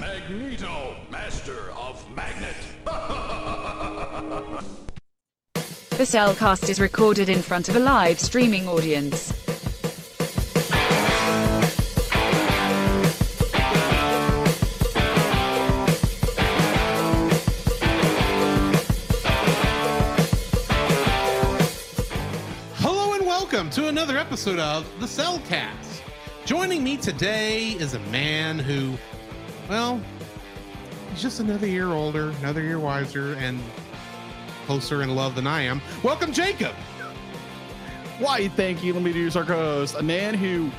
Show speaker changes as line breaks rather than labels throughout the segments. Magneto, Master of Magnet.
The Cellcast is recorded in front of a live streaming audience.
Hello and welcome to another episode of The Cellcast. Joining me today is a man who, well, he's just another year older, another year wiser, and closer in love than I am. Welcome, Jacob.
Why, thank you. Let me introduce our co-host, a man who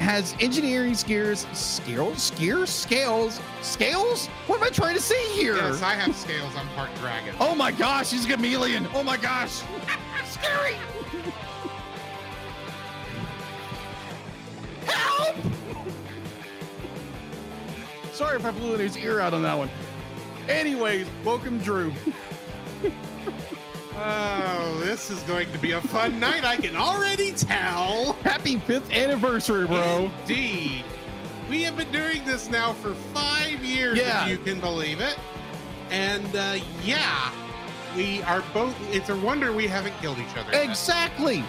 has engineering skills, skills, skills, scales, scales. What am I trying to say here?
Yes, I have scales. I'm part dragon.
oh my gosh, he's a chameleon. Oh my gosh, scary. Help! Sorry if I blew his ear out on that one. Anyways, welcome, Drew.
Oh, this is going to be a fun night. I can already tell.
Happy fifth anniversary, bro.
Indeed. We have been doing this now for five years,
Yeah.
if you can believe it. And uh, yeah, we are both. It's a wonder we haven't killed each other. yet.
Exactly.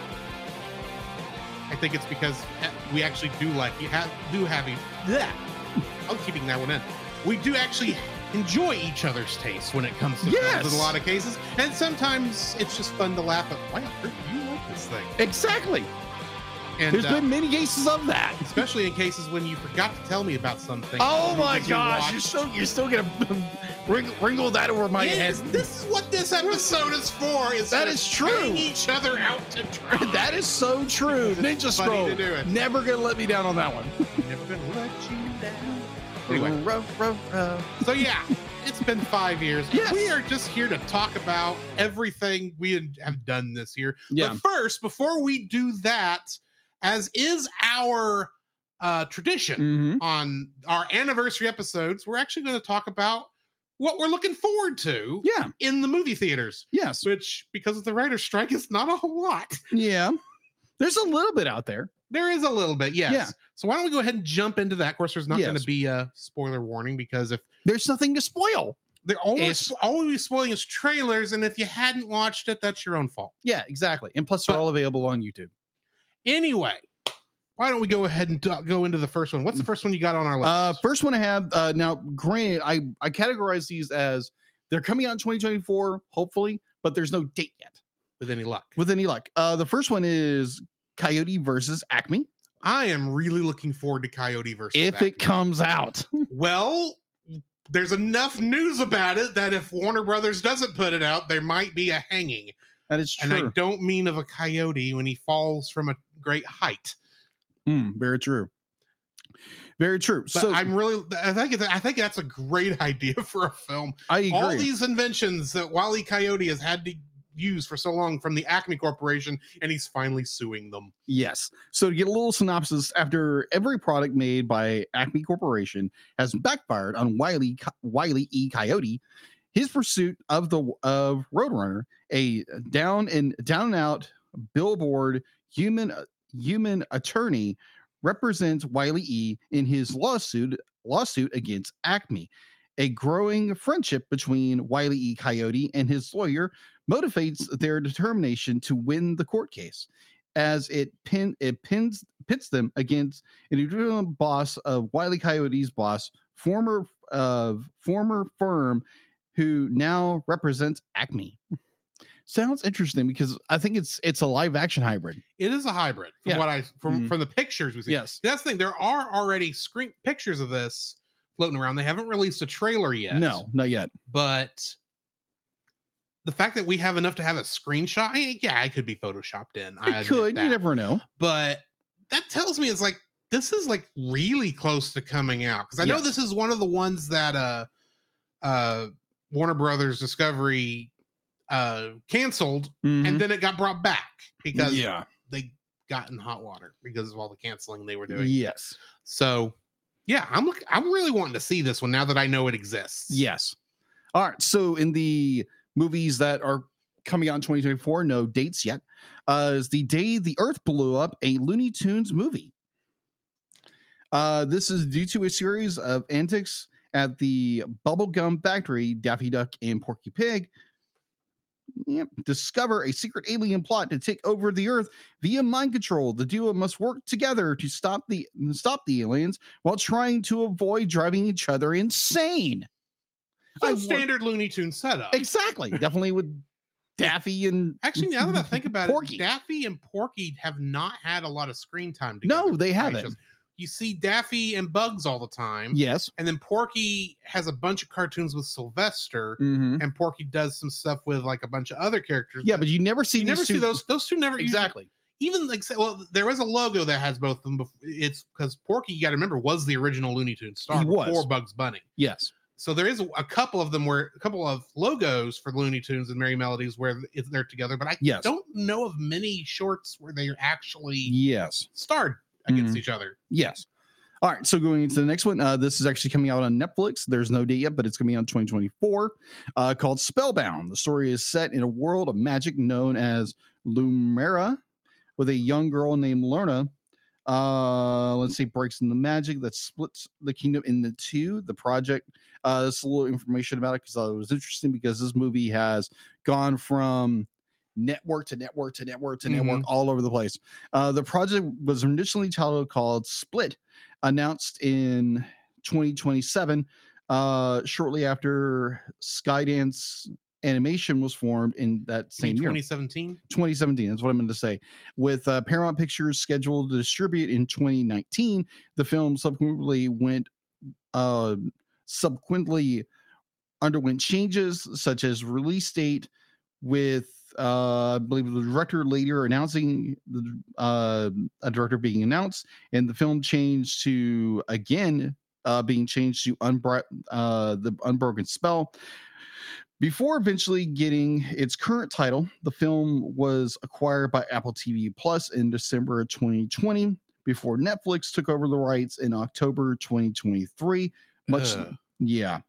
I think it's because uh, we actually do like you have do have e- bleh. I'm keeping that one in. We do actually enjoy each other's tastes when it comes to
Yes.
films in a lot of cases, and sometimes it's just fun to laugh at. Why on earth do you like this thing?
Exactly.
And
There's
uh,
been many cases of that.
especially in cases when you forgot to tell me about something.
Oh my
because you
gosh,
watched
you're still you're still gonna wring, wringle that over my
Yeah,
head.
this- This is what this episode is for. Is
That
for
is true.
putting each other out to dry.
That is so true.
Funny
Ninja Scroll.
to do it.
Never gonna let me down on that one.
Never gonna let you down. Anyway,
Ruh, ruh, ruh.
so yeah, it's been five years.
Yes.
We are just here to talk about everything we have done this year.
Yeah.
But first, before we do that, as is our uh, tradition,
Mm-hmm.
on our anniversary episodes, we're actually going to talk about what we're looking forward to
Yeah.
in the movie theaters,
Yes.
which, because of the writer's strike, is not a whole lot.
Yeah. There's a little bit out there.
There is a little bit, yes.
Yeah.
So why don't we go ahead and jump into that? Of course, there's not going
Yes.
to be a spoiler warning because if
There's nothing to spoil.
they're always
It's-
always spoiling is trailers, and if you hadn't watched it, that's your own fault.
Yeah, exactly. And plus, they're
But-
all available on YouTube.
Anyway, why don't we go ahead and do- go into the first one? What's the first one you got on our list?
Uh, first one I have uh, now. Granted, I I categorize these as they're coming out in 2024, hopefully, but there's no date yet.
With any luck,
with any luck. Uh, the first one is Coyote versus Acme.
I am really looking forward to Coyote versus.
If it
Batman.
comes out,
well, there's enough news about it that if Warner Brothers doesn't put it out, there might be a hanging,
that is
and I
true.
don't mean of a coyote when he falls from a great height.
Mm, very true. Very true.
Hmm. But
so
I'm really, I think, it's- I think that's a great idea for a film.
I agree.
All these inventions that Wally Coyote has had to use for so long from the Acme Corporation, and he's finally suing them.
Yes. So to get a little synopsis, after every product made by Acme Corporation has backfired on Wiley Co- Wiley E. Coyote, his pursuit of the of Roadrunner, a down and down and out billboard human human attorney, represents Wiley E. in his lawsuit lawsuit against Acme. A growing friendship between Wiley E. Coyote and his lawyer motivates their determination to win the court case as it pin it pins pits them against an original boss of Wiley Coyote's boss, former of former firm, who now represents Acme. Sounds interesting because I think it's it's a live action hybrid.
It is a hybrid from
Yeah.
what I from
Mhm.
from the pictures we see.
Yes.
That's the thing. There are already screen pictures of this floating around. They haven't released a trailer yet.
No, not yet.
but the fact that we have enough to have a screenshot, eh, yeah, I could be photoshopped in. I
It
admit
could. You
that.
never know.
but that tells me it's like this is like really close to coming out because I know
Yes.
this is one of the ones that uh uh Warner Brothers Discovery uh canceled and then it got brought back because
Mm-hmm. yeah.
they got in hot water because of all the canceling they were doing.
Yes.
So yeah, I'm look- I'm really wanting to see this one now that I know it exists.
Yes. All right. So in the movies that are coming out in 2024, no dates yet, uh, is the day the Earth blew up a Looney Tunes movie. Uh, this is due to a series of antics at the Bubblegum Factory, Daffy Duck and Porky Pig. Yep. Discover a secret alien plot to take over the Earth via mind control. The duo must work together to stop the stop the aliens while trying to avoid driving each other insane. I
So
wa-
standard Looney Tune setup.
exactly, definitely with Daffy and
Actually, now that I think about
Porky.
it, Daffy and Porky have not had a lot of screen time together.
no, they
Right,
haven't.
just- You see Daffy and Bugs all the time,
Yes.
and then Porky has a bunch of cartoons with Sylvester,
Mhm.
and Porky does some stuff with like a bunch of other characters.
Yeah, but you never see
you
these
never
two.
see those. Those two never usually-
exactly.
even like say- well, there was a logo that has both of them. Before. It's because Porky, you got to remember, was the original Looney Tunes star
He was.
before Bugs Bunny.
Yes.
So there is a couple of them where a couple of logos for Looney Tunes and Merry Melodies where it- they're together, but I
Yes.
don't know of many shorts where they are actually
Yes.
starred against
Mhm.
each other.
Yes. All right. So going into the next one, uh, this is actually coming out on Netflix. There's no date yet, but it's going to be on 2024. Uh, called Spellbound. The story is set in a world of magic known as Lumera, with a young girl named Lorna. Uh, let's see, breaks into magic that splits the kingdom into two. The project. Uh, this little information about it because it was interesting because this movie has gone from network to network to network to network all over the place. Uh, the project was initially titled called Split, announced in 2027, uh, shortly after Skydance Animation was formed in that same year.
2017.
2017 that's what i'm going to say with uh, paramount pictures scheduled to distribute in 2019 the film subsequently went uh subsequently underwent changes such as release date with uh, I believe the director later announcing the, uh, a director being announced, and the film changed to again uh, being changed to unbro- uh, the Unbroken Spell. Before eventually getting its current title, the film was acquired by Apple TV Plus in December of 2020. Before Netflix took over the rights in October 2023. Much,
Ugh.
yeah,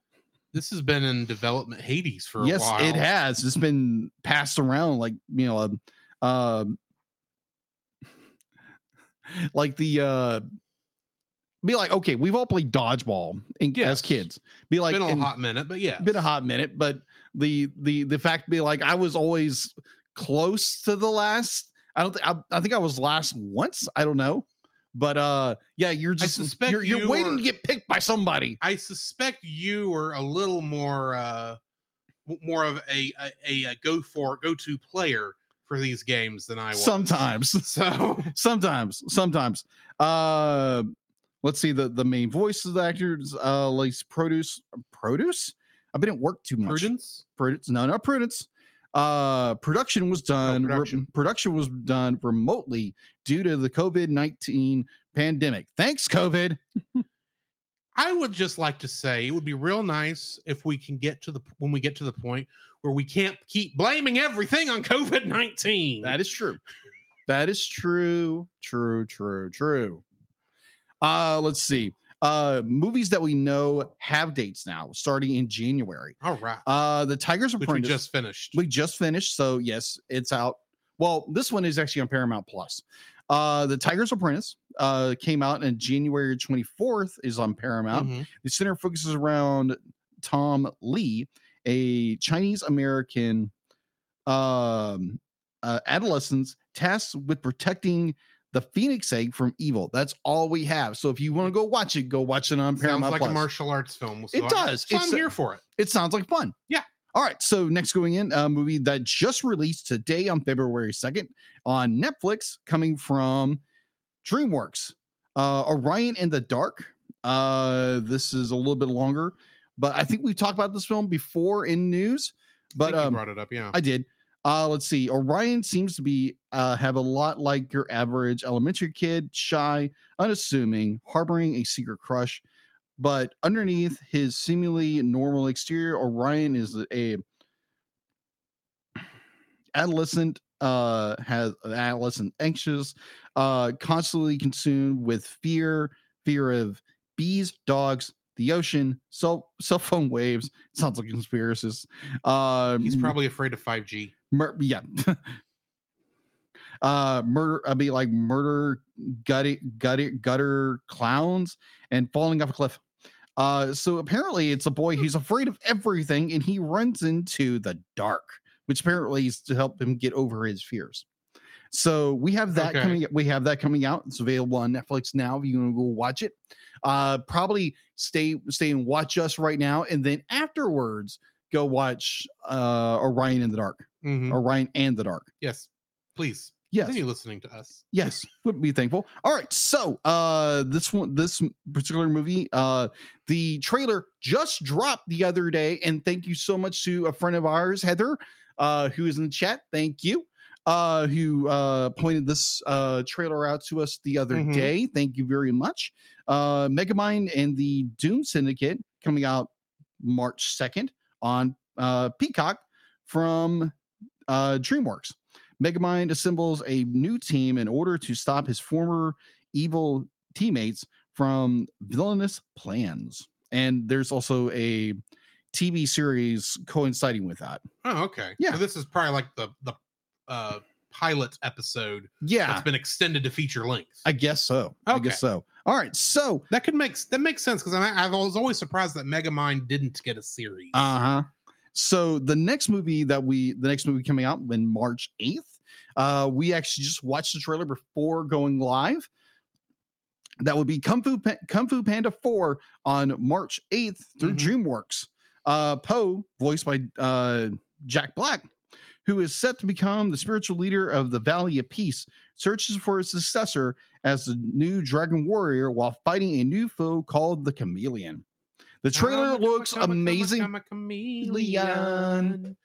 this has been in development Hades for
yes,
a while.
it has. It's been passed around like you know, um, um, like the uh, be like okay, we've all played dodgeball and as
Yes.
kids. Be like
been a
and-
hot minute, but yeah,
been a hot minute, but the the the fact be like I was always close to the last. I don't think I, I think I was last once. I don't know, but uh, yeah, you're just
suspect
you're, you're
you
waiting
were-
to get picked by somebody.
I suspect you were a little more uh w- more of a a, a, a go for go to player for these games than I was.
Sometimes
So
sometimes sometimes uh let's see the the main voice of the actors uh like produce produce i've been at work too much
prudence.
prudence no not prudence uh production was done re-
production.
production was done remotely due to the covid-19 pandemic thanks covid
I would just like to say it would be real nice if we can get to the when we get to the point where we can't keep blaming everything on COVID nineteen.
That is true. That is true. True, true, true. Uh, let's see. Uh, movies that we know have dates now, starting in January.
all right,
Uh, The Tiger's
which we
Apprentice.
just finished.
we just finished, so yes, it's out. Well, this one is actually on Paramount Plus. Uh, the Tiger's Apprentice uh, came out on January 24th, is on Paramount.
Mhm.
The center focuses around Tom Lee, a Chinese American um, uh, adolescent tasked with protecting the Phoenix egg from evil. That's all we have. So if you want to go watch it, go watch it on
Sounds
Paramount
like
Plus.
a martial arts film.
It does.
So
It's uh,
I'm
a-
here for it.
it sounds like fun.
Yeah.
All right. So next going in, a movie that just released today on February 2nd on Netflix, coming from DreamWorks. Uh Orion in the Dark. Uh this is a little bit longer, but I think we've talked about this film before in news.
But
But um,
brought it up, yeah.
I did. Uh, let's see. Orion seems to be uh, have a lot like your average elementary kid, shy, unassuming, harboring a secret crush. But underneath his seemingly normal exterior, Orion is a adolescent uh has an adolescent anxious uh constantly consumed with fear fear of bees dogs the ocean cell cell phone waves sounds like a conspiracist uh
He's probably afraid of five G.
Mer- yeah. uh murder i mean like murder gutter gutter gutter clowns and falling off a cliff uh so apparently it's a boy who's afraid of everything and he runs into the dark which apparently is to help him get over his fears so we have that
Okay.
coming we have that coming out it's available on netflix now if you want to go watch it uh probably stay stay and watch us right now and then afterwards go watch uh orion in the dark
Mhm.
orion and the dark
Yes. Please
yes
continue listening to us.
yes would be thankful all right so uh this one this particular movie uh the trailer just dropped the other day and thank you so much to a friend of ours heather uh who is in the chat thank you uh who uh pointed this uh trailer out to us the other
Mhm.
day thank you very much uh megamind and the doom syndicate coming out march 2nd on uh peacock from uh dreamworks Megamind assembles a new team in order to stop his former evil teammates from villainous plans. And there's also a TV series coinciding with that.
Oh, okay.
Yeah.
So this is probably like the the uh, pilot episode
Yeah,
that's been extended to feature length.
I guess so. I
Okay.
guess so. All right, so
that could make that makes sense because I, I was always surprised that Megamind didn't get a series.
Uh huh. So the next movie that we, the next movie coming out in March eighth, uh, we actually just watched the trailer before going live. That would be Kung Fu Pa- Kung Fu Panda four on March eighth through
Mhm.
DreamWorks. Uh, Poe, voiced by uh, Jack Black, who is set to become the spiritual leader of the Valley of Peace, searches for his successor as the new Dragon Warrior while fighting a new foe called the Chameleon. The trailer
I'm a-
looks
I'm a- I'm a-
amazing.
I'm a chameleon.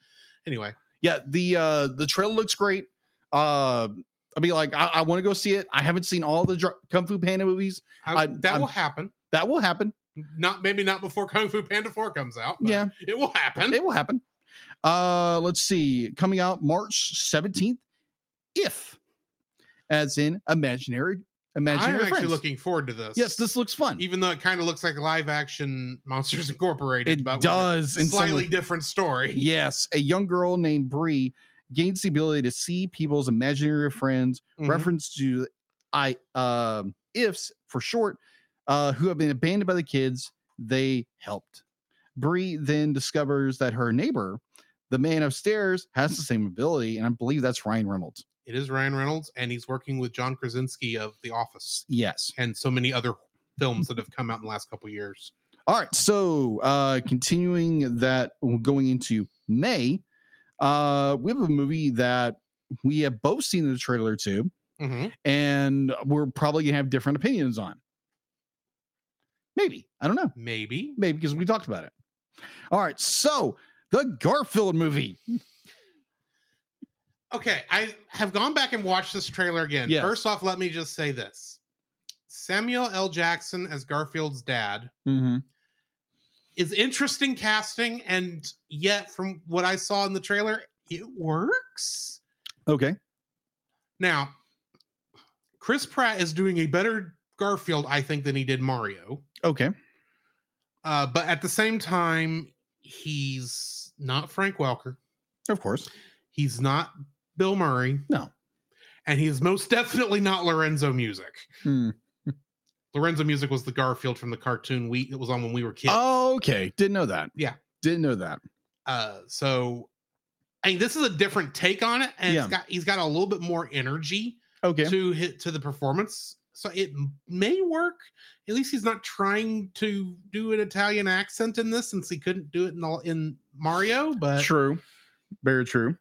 Anyway,
yeah the uh the trailer looks great uh i mean like i, I want to go see it i haven't seen all the dr- kung fu panda movies
I,
I-
that
I'm-
will happen.
that will happen
Not maybe not before Kung Fu Panda Four comes out. but
Yeah.
it will happen.
it will happen uh let's see coming out march 17th if as in imaginary
I'm
imaginary
actually
friends.
looking forward to this.
yes this looks fun
even though it kind of looks like live action Monsters Incorporated,
it
but with a
does in some
slightly
way.
different story.
yes a young girl named Bree gains the ability to see people's imaginary friends
Mhm.
reference to I um ifs for short, uh, who have been abandoned by the kids they helped. Bree then discovers that her neighbor, the man upstairs, has the same ability, and I believe that's Ryan Reynolds.
It is Ryan Reynolds, and he's working with John Krasinski of The Office
Yes.
and so many other films that have come out in the last couple of years.
All right. So uh continuing that going into May, uh we have a movie that we have both seen the trailer to Mm-hmm.
Mhm.
and we're probably gonna have different opinions on. Maybe. I don't know.
Maybe
maybe because we talked about it. All right, so the Garfield movie.
Okay, I have gone back and watched this trailer again.
Yes.
First off, let me just say this. Samuel L. Jackson as Garfield's dad is interesting casting, and yet, from what I saw in the trailer, it works.
Okay.
Now, Chris Pratt is doing a better Garfield, I think, than he did Mario.
Okay.
Uh, but at the same time, he's not Frank Welker.
Of course.
He's not Bill Murray.
No.
And he is most definitely not Lorenzo Music. Lorenzo Music was the Garfield from the cartoon we it was on when we were
Oh.
kids.
okay. Didn't know that.
Yeah.
Didn't know that.
Uh, so I mean this is a different take on it, and
Yeah.
it's got he's got a little bit more energy
Okay.
to hit to the performance. So it m- may work. At least he's not trying to do an Italian accent in this, since he couldn't do it in all in Mario. But
true. Very true.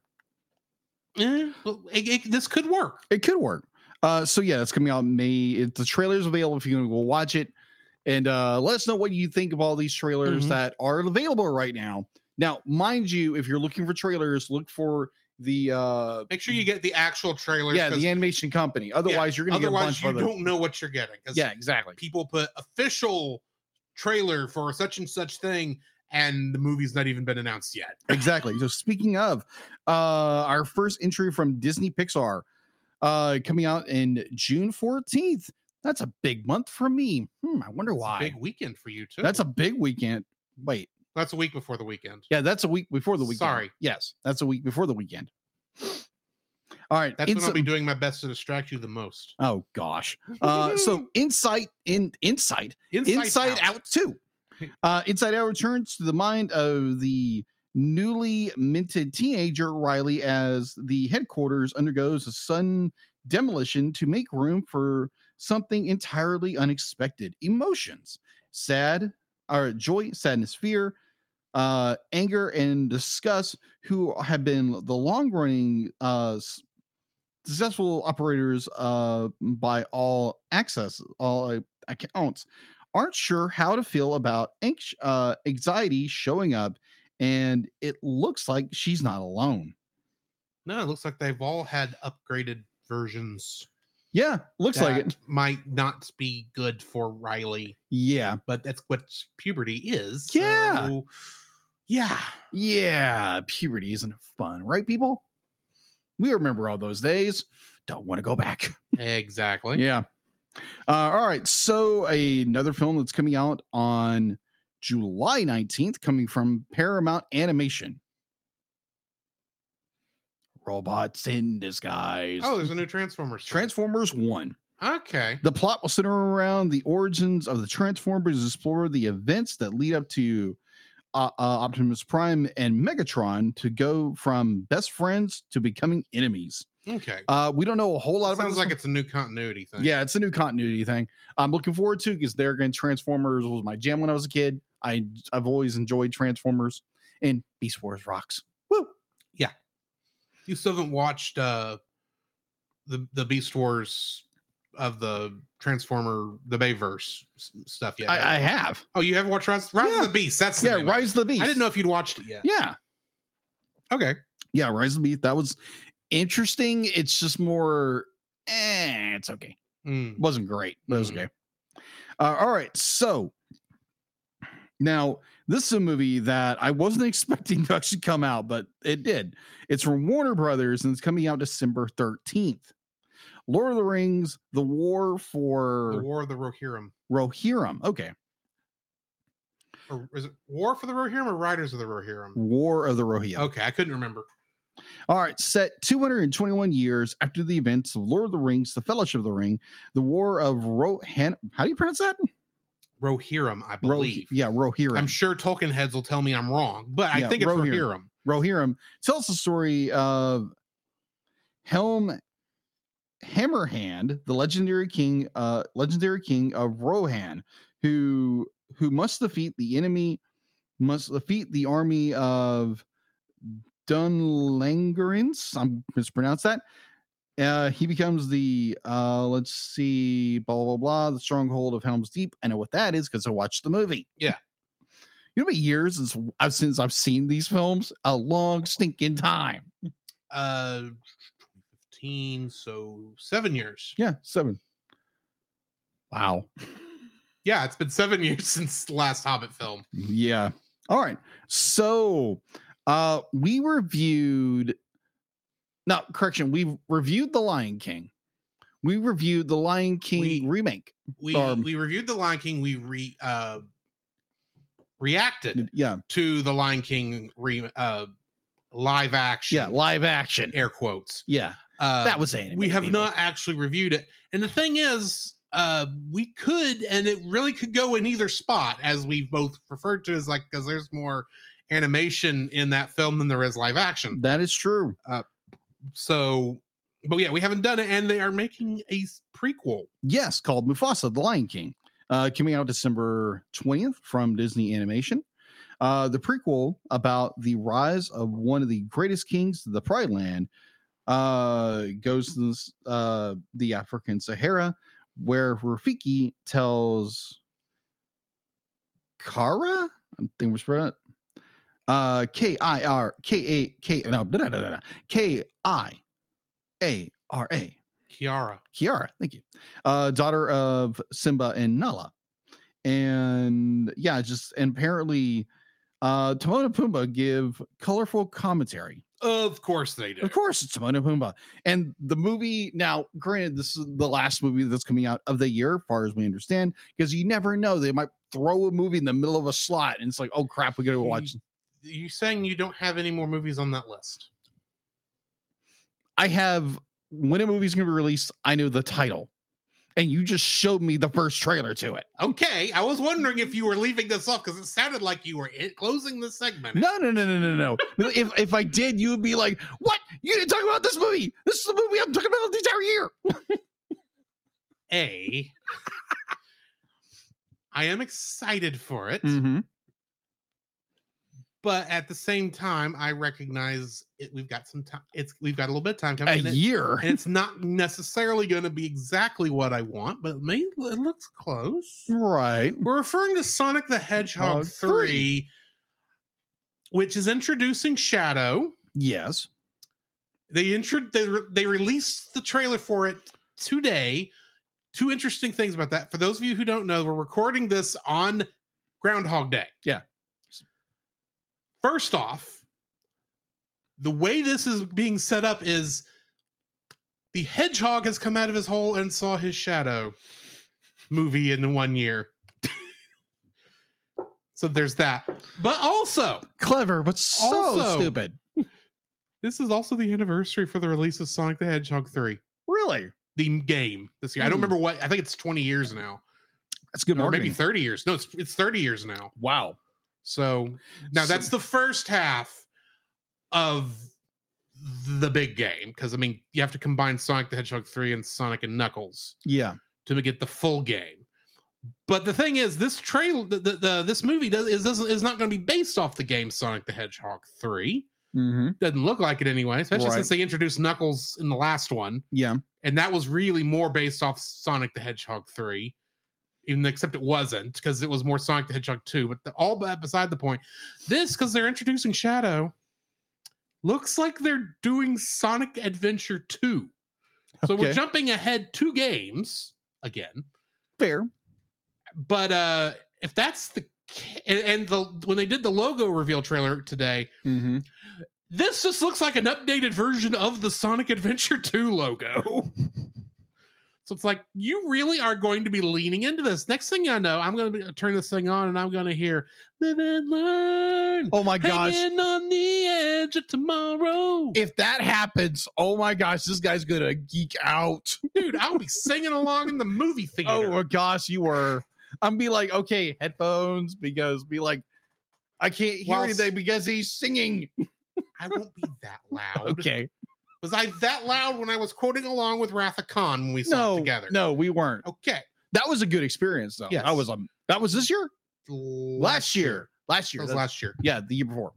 eh, well, it- it- this could work.
It could work. Uh, so yeah, it's coming out in May. It, the trailer's available if you want to go watch it. And uh, let us know what you think of all these trailers
Mhm.
that are available right now. Now, mind you, if you're looking for trailers, look for the uh,
Make sure you get the actual trailer.
yeah the animation company. Otherwise, you're going to get a
otherwise
bunch
you
of other.
don't know what you're getting. 'cause
Yeah, exactly.
people put official trailer for such and such thing and the movie's not even been announced yet
exactly so speaking of uh our first entry from disney pixar uh coming out in june 14th that's a big month for me hmm, i wonder
It's a
why
big weekend for you too
that's a big weekend wait
that's a week before the weekend
yeah that's a week before the weekend
Sorry.
yes that's a week before the weekend All right.
That's when
Insi-
I'll be doing my best to distract you the most.
oh gosh. Uh, so insight in insight
Inside,
Inside Out, too. Uh, Inside Out returns to the mind of the newly minted teenager Riley as the headquarters undergoes a sudden demolition to make room for something entirely unexpected. Emotions, sad, or joy, sadness, fear, uh, anger, and disgust, who have been the long running uh, s- successful operators uh, by all access, all uh, accounts aren't sure how to feel about anx- uh, anxiety showing up, and it looks like she's not alone.
No, it looks like they've all had upgraded versions.
Yeah, looks like
that
it.
Might not be good for Riley,
Yeah,
but that's what puberty is.
Yeah.
so- yeah.
yeah. Puberty isn't fun, right, people? We remember all those days. Don't want to go back.
Exactly.
Yeah. Uh, all right. So another film that's coming out on July 19th, coming from Paramount Animation. Robots in disguise.
Oh, there's a new Transformers. film.
Transformers 1.
Okay.
The plot will center around the origins of the Transformers, and explore the events that lead up to uh, uh, Optimus Prime and Megatron to go from best friends to becoming enemies.
Okay.
Uh, we don't know a whole lot
That
about.
sounds
this
like
one.
it's a new continuity thing.
yeah, it's a new continuity thing. I'm looking forward to because they're going Transformers was my jam when I was a kid. I I've always enjoyed Transformers and Beast Wars rocks. Woo!
You still haven't watched uh the the Beast Wars of the Transformer the Bayverse s- stuff yet. have you?
I, I have.
oh, you haven't watched Rise, Rise
Yeah.
of the Beast. That's the
Yeah,
name of it.
Rise of the Beast.
I didn't know if you'd watched it yet.
Yeah.
Okay.
yeah, Rise of the Beast. That was interesting. It's just more, eh, it's okay.
Mm.
wasn't great, but it was
Mhm.
okay. Uh, all right, so now this is a movie that I wasn't expecting to actually come out, but it did. It's from Warner Brothers and it's coming out December 13th. Lord of the Rings, The War
The
for
War of the Rohirrim.
Rohirrim. Okay.
Or is it War for the Rohirrim or Riders of the Rohirrim?
War of the Rohirrim.
Okay, I couldn't remember.
All right, set 221 years after the events of Lord of the Rings, The Fellowship of the Ring, The War of Rohan. How do you pronounce that?
Rohirrim, I
Ro-
believe.
yeah, Rohirrim.
I'm sure Tolkien heads will tell me I'm wrong, but I
Yeah,
think it's
Rohirrim.
Rohirrim.
Rohirrim tells the story of Helm Hammerhand, the legendary king, uh, legendary king of Rohan, who who must defeat the enemy, must defeat the army of Dunlangerins. I'm mispronounced that. Uh, he becomes the uh, let's see, blah blah blah, the stronghold of Helm's Deep. I know what that is because I watched the movie.
Yeah.
you know, how many years since I've since I've seen these films, a long stinking time.
Uh 15, so seven years.
Yeah, seven. Wow.
Yeah, it's been seven years since the last Hobbit film.
Yeah. All right. So uh we reviewed no correction, we reviewed The Lion King. We reviewed the Lion King
We-
remake.
We
Um,
we reviewed The Lion King. We re uh reacted
Yeah.
to The Lion King re uh live action.
Yeah. Live action.
air quotes.
Yeah.
Uh,
That was animated.
we have
people.
not actually reviewed it, and the thing is, uh, we could, and it really could go in either spot, as we've both referred to as like because there's more animation in that film than there is live action.
That is true.
So, but yeah, we haven't done it, and they are making a s- prequel.
Yes, called Mufasa, The Lion King, uh, coming out December 20th from Disney Animation. Uh, the prequel about the rise of one of the greatest kings of the Pride Land uh, goes to this, uh, the African Sahara, where Rafiki tells Kara, I think we're spread out. Uh, K I R K A K no no no no no K I A R A
Kiara,
Kiara, thank you, uh, daughter of Simba and Nala. And yeah, just and apparently, uh, Timon and Pumbaa give colorful commentary.
of course they do.
Of course, it's Timon and Pumbaa. And the movie now, granted, this is the last movie that's coming out of the year, as far as we understand, because you never know they might throw a movie in the middle of a slot, and it's like, oh crap, we gotta go watch.
You saying you don't have any more movies on that list?
I have when a movie's going to be released, I know the title. And you just showed me the first trailer to it.
Okay, I was wondering if you were leaving this off because it sounded like you were in- closing the segment.
No, no, no, no, no, no. No, if if I did, you would be like, "What? You didn't talk about this movie? This is the movie I'm talking about the entire year."
A. I am excited for it,
Mm. Mm-hmm.
but at the same time, I recognize it, we've got some time. It's we've got a little bit of time coming.
A
in,
year.
and it's not necessarily going to be exactly what I want, but it, may, it looks close.
Right.
We're referring to Sonic the Hedgehog
Mm. Hedgehog
3, which is introducing Shadow.
Yes.
They intro they, re- they released the trailer for it today. Two interesting things about that. For those of you who don't know, we're recording this on Groundhog Day.
Yeah.
First off, the way this is being set up is the hedgehog has come out of his hole and saw his shadow movie in one year. so there's that. But also,
Clever, but so
Also-
stupid.
this is also the anniversary for the release of Sonic the Hedgehog 3.
Really?
the game this year. I don't
Hmm.
remember what. I think it's 20 years now,
That's good
or
marketing.
maybe 30 years. No, it's it's 30 years now.
wow.
So now
So-
that's the first half of the big game because I mean you have to combine Sonic the Hedgehog 3 and Sonic and Knuckles
Yeah.
to get the full game. But the thing is, this trail, the, the, the this movie does is doesn't is not going to be based off the game Sonic the Hedgehog 3.
Mm-hmm.
Doesn't look like it anyway, especially
Right.
since they introduced Knuckles in the last one
Yeah.
and that was really more based off Sonic the Hedgehog three, even except it wasn't because it was more Sonic the Hedgehog two. But the, all that beside the point, this because they're introducing Shadow, looks like they're doing Sonic Adventure two. So we're
Okay.
jumping ahead two games again,
Fair.
but uh if that's the ca- and, and the when they did the logo reveal trailer today.
Mm-hmm.
This just looks like an updated version of the Sonic Adventure 2 logo. so it's like, you really are going to be leaning into this. Next thing I know, I'm going to turn this thing on and I'm going to hear live and learn.
Oh my gosh.
hanging on the edge of tomorrow.
If that happens, oh my gosh, this guy's gonna geek out.
Dude, I'll be singing along in the movie theater.
Oh my gosh, you were. I'm be like, okay, headphones because be like, I can't hear
Whilst-
anything because he's singing.
I won't be that loud.
Okay.
Was I that loud when I was quoting along with Ratha Khan when we saw
No,
it together?
no, we weren't.
Okay.
That was a good experience though.
Yes.
That was um, that was this year, last year, last
That
year,
was
That's-
last year.
yeah, the year before.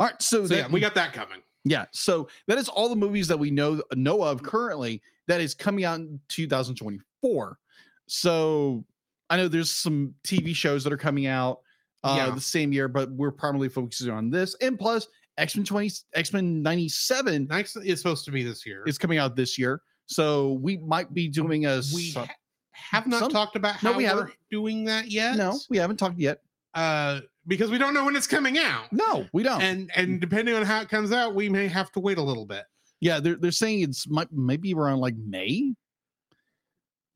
All right, so,
So
that,
yeah, we got that coming.
yeah, so that is all the movies that we know know of currently that is coming out in 2024. So I know there's some TV shows that are coming out uh,
Yeah.
the same year, but we're primarily focusing on this. And plus, X Men 20, X Men 97
Next is supposed to be this year.
is coming out this year, so we might be doing a.
we
sub-
ha- have not
some-
talked about how
No, we
we are
haven't.
doing that yet.
no, we haven't talked yet.
uh, because we don't know when it's coming out,
No, we don't.
and and depending on how it comes out, we may have to wait a little bit,
yeah, they're they're saying it's might, maybe around like May.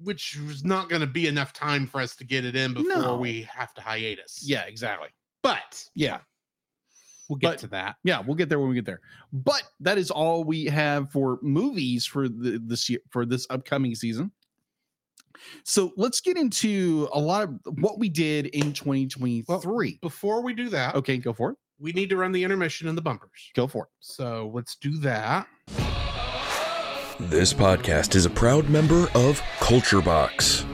which is not going to be enough time for us to get it in before
No.
we have to hiatus.
Yeah, exactly.
but
Yeah.
we'll get
But-
to that.
yeah, we'll get there when we get there. But that is all we have for movies for the, this year for this upcoming season. So let's get into a lot of what we did in 2023.
Before we do that,
okay, go for it.
we need to run the intermission and the bumpers.
Go for it.
So let's do that.
This podcast is a proud member of Culture Box.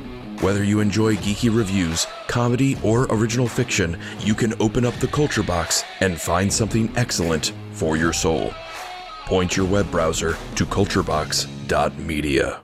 Whether you enjoy geeky reviews, comedy, or original fiction, you can open up the Culture Box and find something excellent for your soul. Point your web browser to culturebox.media.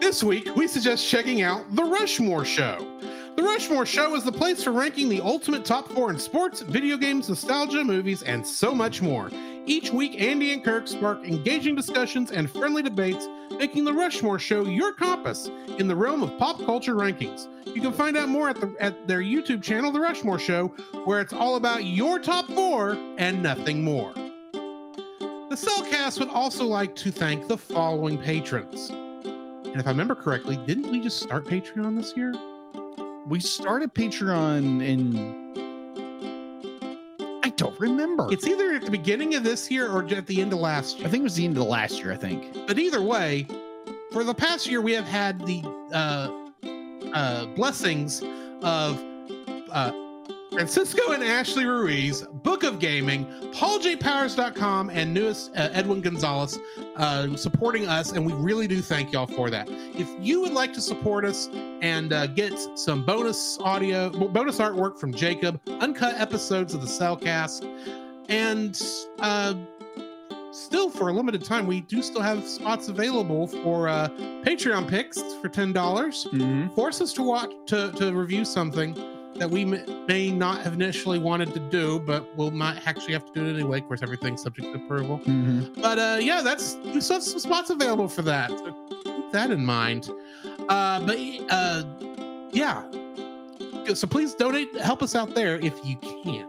This week, we suggest checking out The Rushmore Show. The Rushmore Show is the place for ranking the ultimate top four in sports, video games, nostalgia, movies, and so much more. Each week, Andy and Kirk spark engaging discussions and friendly debates, making The Rushmore Show your compass in the realm of pop culture rankings. You can find out more at, the, at their YouTube channel, The Rushmore Show, where it's all about your top four and nothing more. The Cellcast would also like to thank the following patrons. And if I remember correctly, didn't we just start Patreon this year?
We started Patreon in I don't remember.
It's either at the beginning of this year or at the end of last
I
year.
think it was the end of last year. I think.
But either way, for the past year, we have had the uh, uh, blessings of uh, Francisco and Ashley Ruiz, Book of Gaming, PaulJPowers.com, and newest uh, Edwin Gonzalez uh, supporting us. And we really do thank y'all for that. If you would like to support us and uh, get some bonus audio, bonus artwork from Jacob, uncut episodes of the Cellcast, and uh, still for a limited time we do still have spots available for uh patreon picks for ten dollars
Mm-hmm.
force us to watch to, to review something that we m- may not have initially wanted to do but we'll might actually have to do it anyway of course everything's subject to approval
Mm-hmm.
but uh yeah that's we still have some spots available for that so keep that in mind uh but uh yeah so please donate help us out there if you can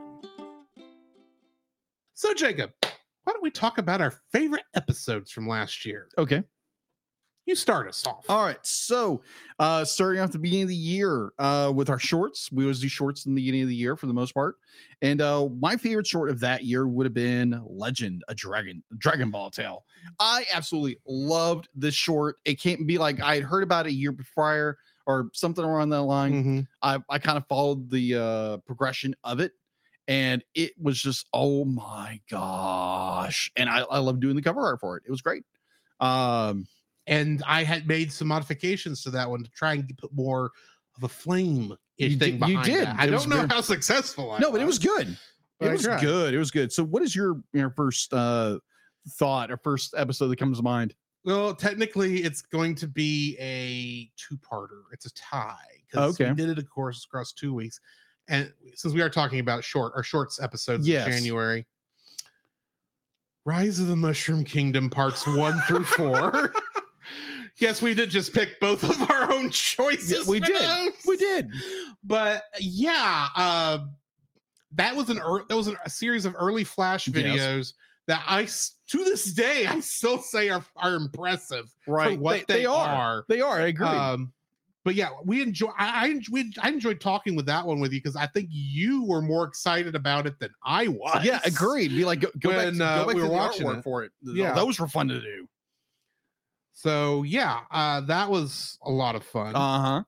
so jacob why don't we talk about our favorite episodes from last year
Okay.
you start us off
All right. So, uh, starting off the beginning of the year uh, with our shorts, we always do shorts in the beginning of the year for the most part. And uh, my favorite short of that year would have been Legend, a Dragon, Dragon Ball Tale. I absolutely loved this short. It can't be like I had heard about it a year prior or something around that line.
Mhm.
I, I kind of followed the uh, progression of it, and it was just oh my gosh! And I, I love doing the cover art for it. It was great. Um,
and i had made some modifications to that one to try and put more of a flame
You
thing
did- you
behind
did.
that. i
It was
don't know
very-
how successful I
no, but it was good.
but
it
I
was
tried.
good. It was good. So, what is your your first uh thought or first episode that comes to mind?
Well, technically, it's going to be a two-parter. It's a tie
Okay.
we did it, of course, across two weeks. And since we are talking about short our shorts episodes
Yes.
in January, Rise of the Mushroom Kingdom parts one through four. yes, we did just pick both of our own choices.
we
for
did.
those.
We did.
but yeah, uh, that was an ear that was an, a series of early Flash
Yes.
videos that I s- to this day I still say are are impressive right.
Right.
what
they, they are. Uh, They are. I agree.
Um, but yeah, we enjoy. I I enjoyed, I enjoyed talking with that one with you because I think you were more excited about it than I was.
yeah, agreed. Be like, go, go back.
When,
to-
uh,
go back
we
to
were
the
watching
artwork
it.
for it. Th-
Yeah.
those were fun to do.
So yeah, uh, that was a lot of fun. Uh,
Uh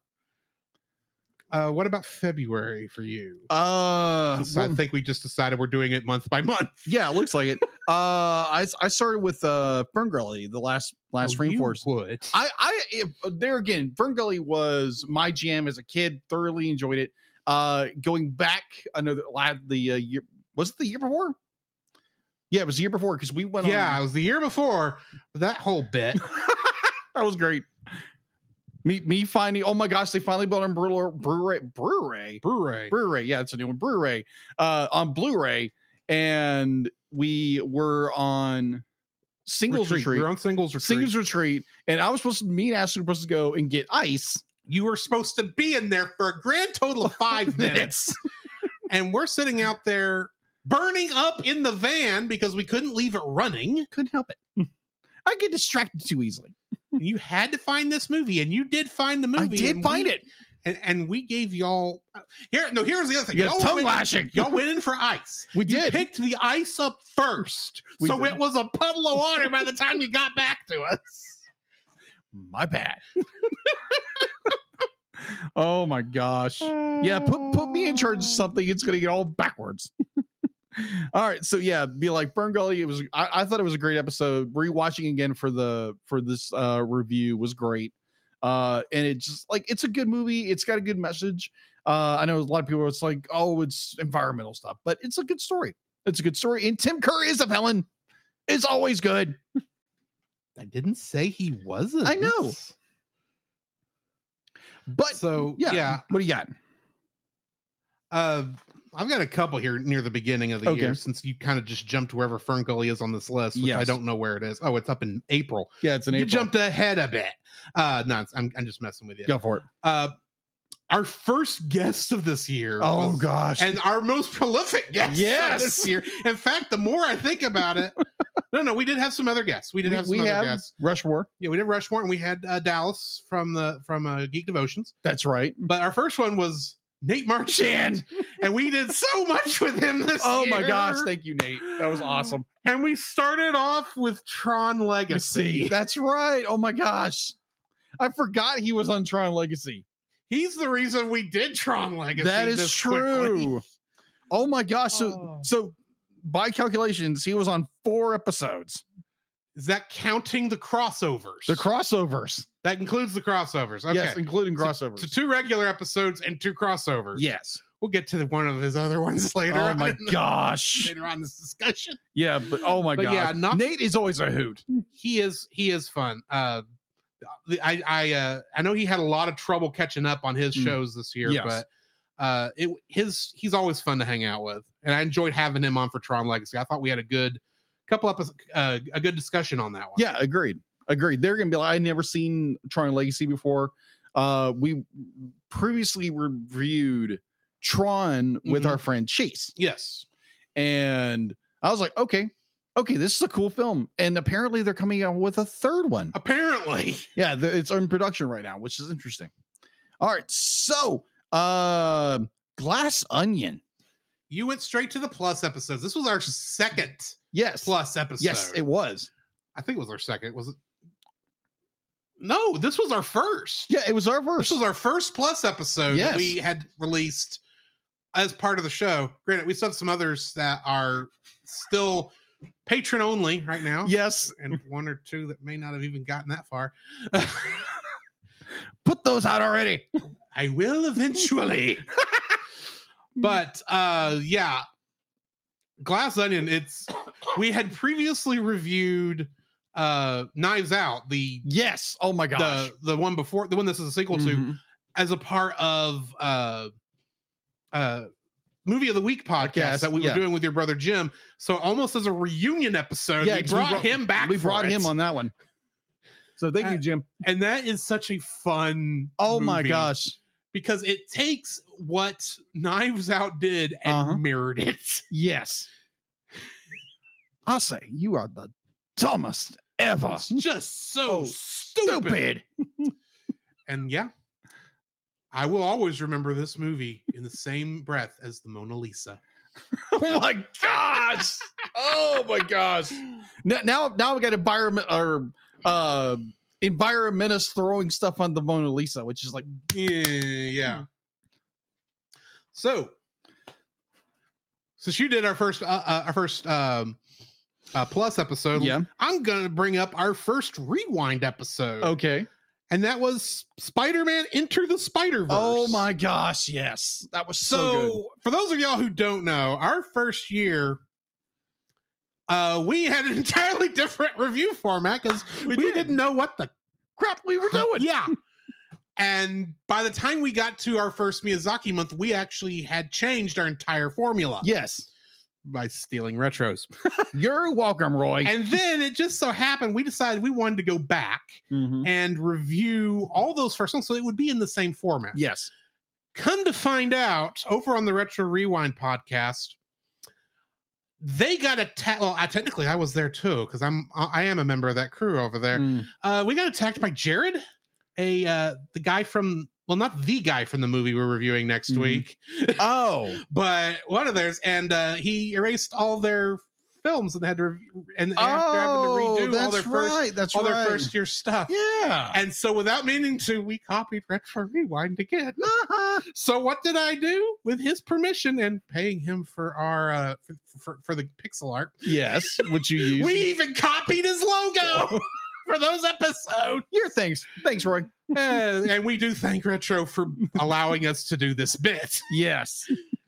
what about February for you?
huh. Uh,
Since I think we just decided we're doing it month by month.
yeah, it looks like it. Uh, I I started with uh Ferngully, the last last
Oh,
Rainforest.
you would.
I, I if, uh, there again, Ferngully was my jam as a kid. Thoroughly enjoyed it. Uh, going back another la- the uh, year was it the year before? Yeah, it was the year before because we went.
yeah,
on,
it was the year before. That whole bit.
that was great. Me, me finding. Oh my gosh, they finally built on Blu-ray, Blu-ray, Blu-ray,
Blu-ray.
Blu-ray. Yeah, it's a new one. Blu-ray uh, on Blu-ray, and we were on singles
retreat.
retreat.
You're on singles retreat.
Singles retreat, and I was supposed to, me and Ashley were supposed to go and get ice,
you were supposed to be in there for a grand total of five minutes. and we're sitting out there burning up in the van because we couldn't leave it running.
couldn't help it. I get distracted too easily.
You had to find this movie, and you did find the movie.
I did
and
find
we-
it.
and, and we gave y'all uh, here. No, here's the other thing.
Yeah,
went
tongue
in-
lashing.
Y'all went in for ice.
We
You
did.
picked the ice up first,
We
so
did.
it was a puddle of water by the time you got back to us.
My bad. oh my gosh. Yeah, put put me in charge of something. It's gonna get all backwards. all right, so yeah, be like Burn Gully. It was. I, I thought it was a great episode. Rewatching again for the for this uh review was great. Uh, and it just like it's a good movie. It's got a good message. Uh, I know a lot of people. It's like oh, it's environmental stuff, but it's a good story. It's a good story. And Tim Curry is a villain. It's always good.
I didn't say he wasn't.
I know. But
So
yeah,
yeah,
What do you got?
Uh, I've got a couple here near the beginning of the
Okay.
year since you kind of just jumped wherever Fern Gully is on this list, which I
Yes.
don't know where it is. Oh, it's up in April.
Yeah, it's an
You jumped ahead a bit. Uh, no, it's- I'm, I'm just messing with you.
Go for it.
Uh, our first guest of this year. was-
Oh, gosh.
And our most prolific guest of
Yes.
this year. In fact, the more I think about it, no, no, we did have some other guests. We did
we,
have some
we
other
have
guests.
Rush War.
Yeah, we did Rushmore, and we had uh, Dallas from the from uh, Geek Devotions.
That's right.
But our first one was Nate Marchand, and we did so much with him this
Oh my
year.
gosh, thank you, Nate. That was awesome.
and we started off with Tron Legacy.
That's right. Oh my gosh. I forgot he was on Tron Legacy.
He's the reason we did Tron Legacy.
that is
this quickly.
true. Oh my gosh. So
Oh.
so by calculations, he was on four episodes.
Is that counting the crossovers?
The crossovers.
that includes the crossovers. Okay.
Yes, including crossovers.
So two regular episodes and two crossovers.
yes.
We'll get to the, one of his other ones later.
Oh
on
my
in the-
gosh.
Later on in this discussion,
Yeah, but oh my
But
god.
yeah, not-
Nate is always a hoot.
he is he is fun. Uh, the- I I uh, I know he had a lot of trouble catching up on his
Mm.
shows this year,
Yes.
but uh, it his he's always fun to hang out with, and I enjoyed having him on for Tron Legacy. I thought we had a good couple up uh, a good discussion on that one.
Yeah, agreed. Agreed. They're gonna be like, I never seen Tron Legacy before. Uh we previously reviewed Tron with
Mhm.
our friend Chase.
Yes.
And I was like, okay, okay, this is a cool film. And apparently they're coming out with a third
Oh.
one.
Apparently.
Yeah, the, it's in production right now, which is interesting. All right, so uh Glass Onion.
You went straight to the plus episodes. This was our second
Yes.
plus episode.
Yes, it was.
I think it was our second. Was it? No, this was our first.
Yeah, it was our
This
verse.
was our first plus episode
Yes.
that we had released as part of the show. Granted, we sent some others that are still patron only right now.
Yes.
And one or two that may not have even gotten that far.
Put those out already.
I will eventually. but uh yeah. Glass Onion, it's we had previously reviewed uh Knives Out, the
Yes. Oh my gosh.
the the one before the one this is a sequel to
Mhm.
as a part of uh uh movie of the week podcast
Podcast,
that we
yeah.
were doing with your brother Jim. So almost as a reunion episode,
Yeah,
we
'cause we
brought
brought-
him back.
We
for
brought him
it.
on that one. So thank
Uh,
you, Jim.
and that is such a fun
Oh my
movie.
gosh.
because it takes what Knives Out did and
Uh-huh.
mirrored it.
Yes. I say you are the dumbest ever.
It's just so
Oh,
stupid. And yeah, I will always remember this movie in the same breath as the Mona Lisa.
oh my gosh. Oh my gosh. Now now, now we got environment or uh environmentalists throwing stuff on the Mona Lisa, which is like
Yeah,
Hmm.
yeah. So, since you did our first, uh, uh, our first um, uh, plus episode, I'm gonna bring up our first rewind episode,
Okay.
and that was Spider-Man: Enter the Spider-Verse.
Oh my gosh, yes. That was so,
So,
good.
for those of y'all who don't know, our first year, uh, we had an entirely different review format because we,
did.
didn't know what the
crap we were doing.
yeah. And by the time we got to our first Miyazaki month, we actually had changed our entire formula
Yes.
by stealing retros.
You're welcome, Roy.
And then it just so happened we decided we wanted to go back
Mhm.
and review all those first ones so it would be in the same format.
Yes.
Come to find out, over on the Retro Rewind podcast, they got attacked. Well, I, technically, I was there too because I'm I am a member of that crew over there.
Mm.
Uh, we got attacked by Jared, a uh, the guy from well, not the guy from the movie we're reviewing next
Mhm.
week,
Oh.
but one of theirs, and uh, he erased all their films and had to re- and after having to redo all their first
Oh, That's
all their first year stuff.
Yeah.
And so, without meaning to, we copied Retro Rewind again. So, what did I do with his permission and paying him for our uh, for, for, for the pixel art?
yes. Would you use
We even copied his logo for those episodes.
your things? Thanks, Roy.
Uh, and we do thank Retro for allowing us to do this bit.
Yes.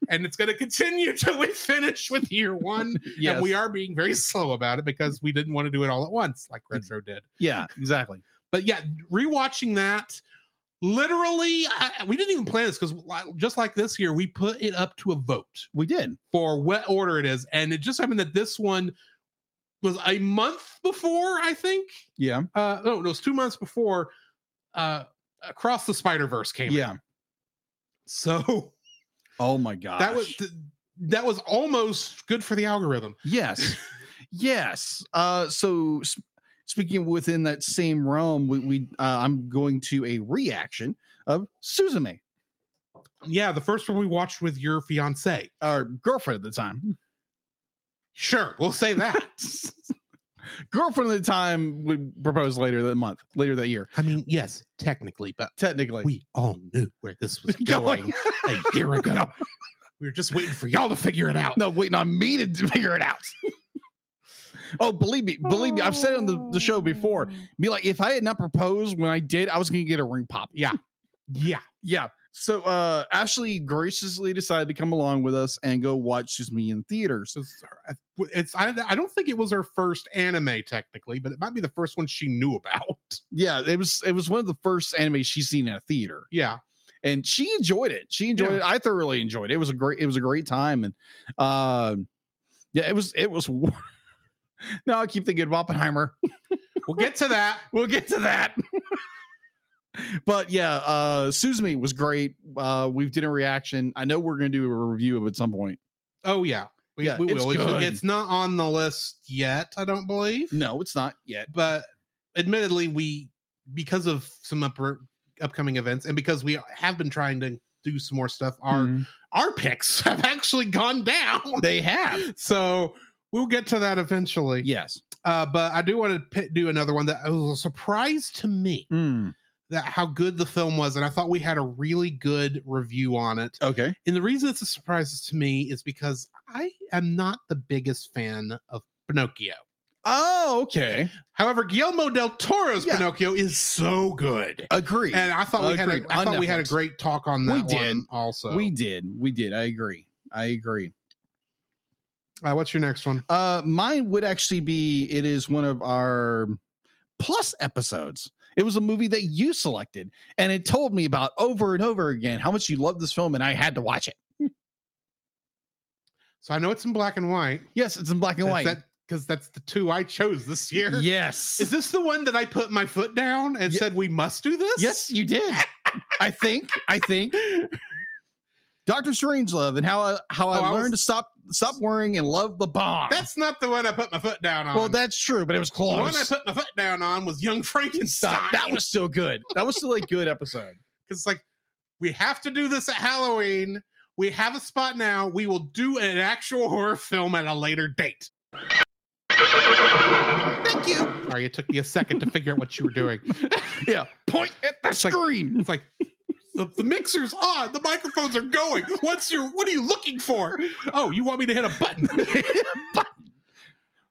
And it's going to continue till we finish with year one.
Yes.
And we are being very slow about it because we didn't want to do it all at once like
Mm.
Retro did.
Yeah, exactly.
But yeah, rewatching that, literally, I, we didn't even plan this because just like this year, we put it up to a vote
We did.
for what order it is. And it just happened that this one was a month before, I think.
Yeah.
Uh, no, it was two months before uh, Across the Spider Verse came out.
Yeah.
So
Oh my gosh.
that was th- that was almost good for the algorithm.
yes. yes. Uh so s- speaking within that same realm, we, we uh, I'm going to a reaction of Suzume.
Yeah, the first one we watched with your fiance.
Our girlfriend at the time.
Sure, we'll say that.
Girlfriend at the time would propose later that month, later that year,
I mean, yes, technically, but
technically.
we all knew where this was going a year ago. We were just waiting for y'all to figure it out.
No, waiting on me to d- figure it out. oh, believe me, believe me. I've said it on the, the show before. Be like, if I had not proposed when I did, I was gonna get a ring pop.
Yeah. Yeah.
Yeah. So uh Ashley graciously decided to come along with us and go watch just me in theaters.
So it's- it's I, I don't think it was her first anime technically, but it might be the first one she knew about.
Yeah, it was it was one of the first anime she's seen in a theater.
Yeah.
And she enjoyed it. She enjoyed
Yeah.
it. I thoroughly enjoyed it. It was a great it was a great time. And um yeah, it was it was no, I keep thinking of Oppenheimer.
We'll get to that.
we'll get to that. but yeah, uh Suzumi was great. Uh we've did a reaction. I know we're gonna do a review of it at some point.
Oh yeah. We,
Yeah,
we
it's
will. It's,
good.
it's not on the list yet, I don't believe.
No, it's not yet.
But admittedly, we because of some upper, upcoming events and because we have been trying to do some more stuff, our
Hmm.
our picks have actually gone down.
Mm-hmm. they have.
So we'll get to that eventually.
Yes.
Uh, but I do want to p- do another one that was a surprise to me
Hmm.
that how good the film was, and I thought we had a really good review on it.
Okay.
And the reason it's a surprise to me is because I am not the biggest fan of Pinocchio.
Oh, okay.
However, Guillermo del Toro's
Yeah.
Pinocchio is so good,
Agree.
and I thought we had
Agreed.
a, I
On
thought we had a
Netflix.
great talk on
We
that.
did.
one also.
We did. We did. I agree. I agree.
uh, what's your next one?
Uh mine would actually be it is one of our plus episodes. It was a movie that you selected and it told me about over and over again how much you loved this film and I had to watch it.
So I know it's in black and white.
Yes, it's in black and white.
because that's the two I chose this year.
Yes.
Is this the one that I put my foot down and
Ye-
said we must do this?
yes, you did. I think. I think. Doctor Strangelove and how I, how I
Oh, I
learned
was-
to stop stop worrying and love the bomb.
That's not the one I put my foot down on.
well, that's true, but it was
the
close.
one I put my foot down on was Young Frankenstein.
Stop. That was still good. That was still a good episode.
because it's like we have to do this at Halloween. We have a spot now. We will do an actual horror film at a later date. Thank you. Sorry, it took me a second to figure out what you were doing.
Yeah. Point at the
like-
screen.
It's like the, the mixer's on, the microphones are going. What's your what are you looking for? Oh, you want me to hit a button?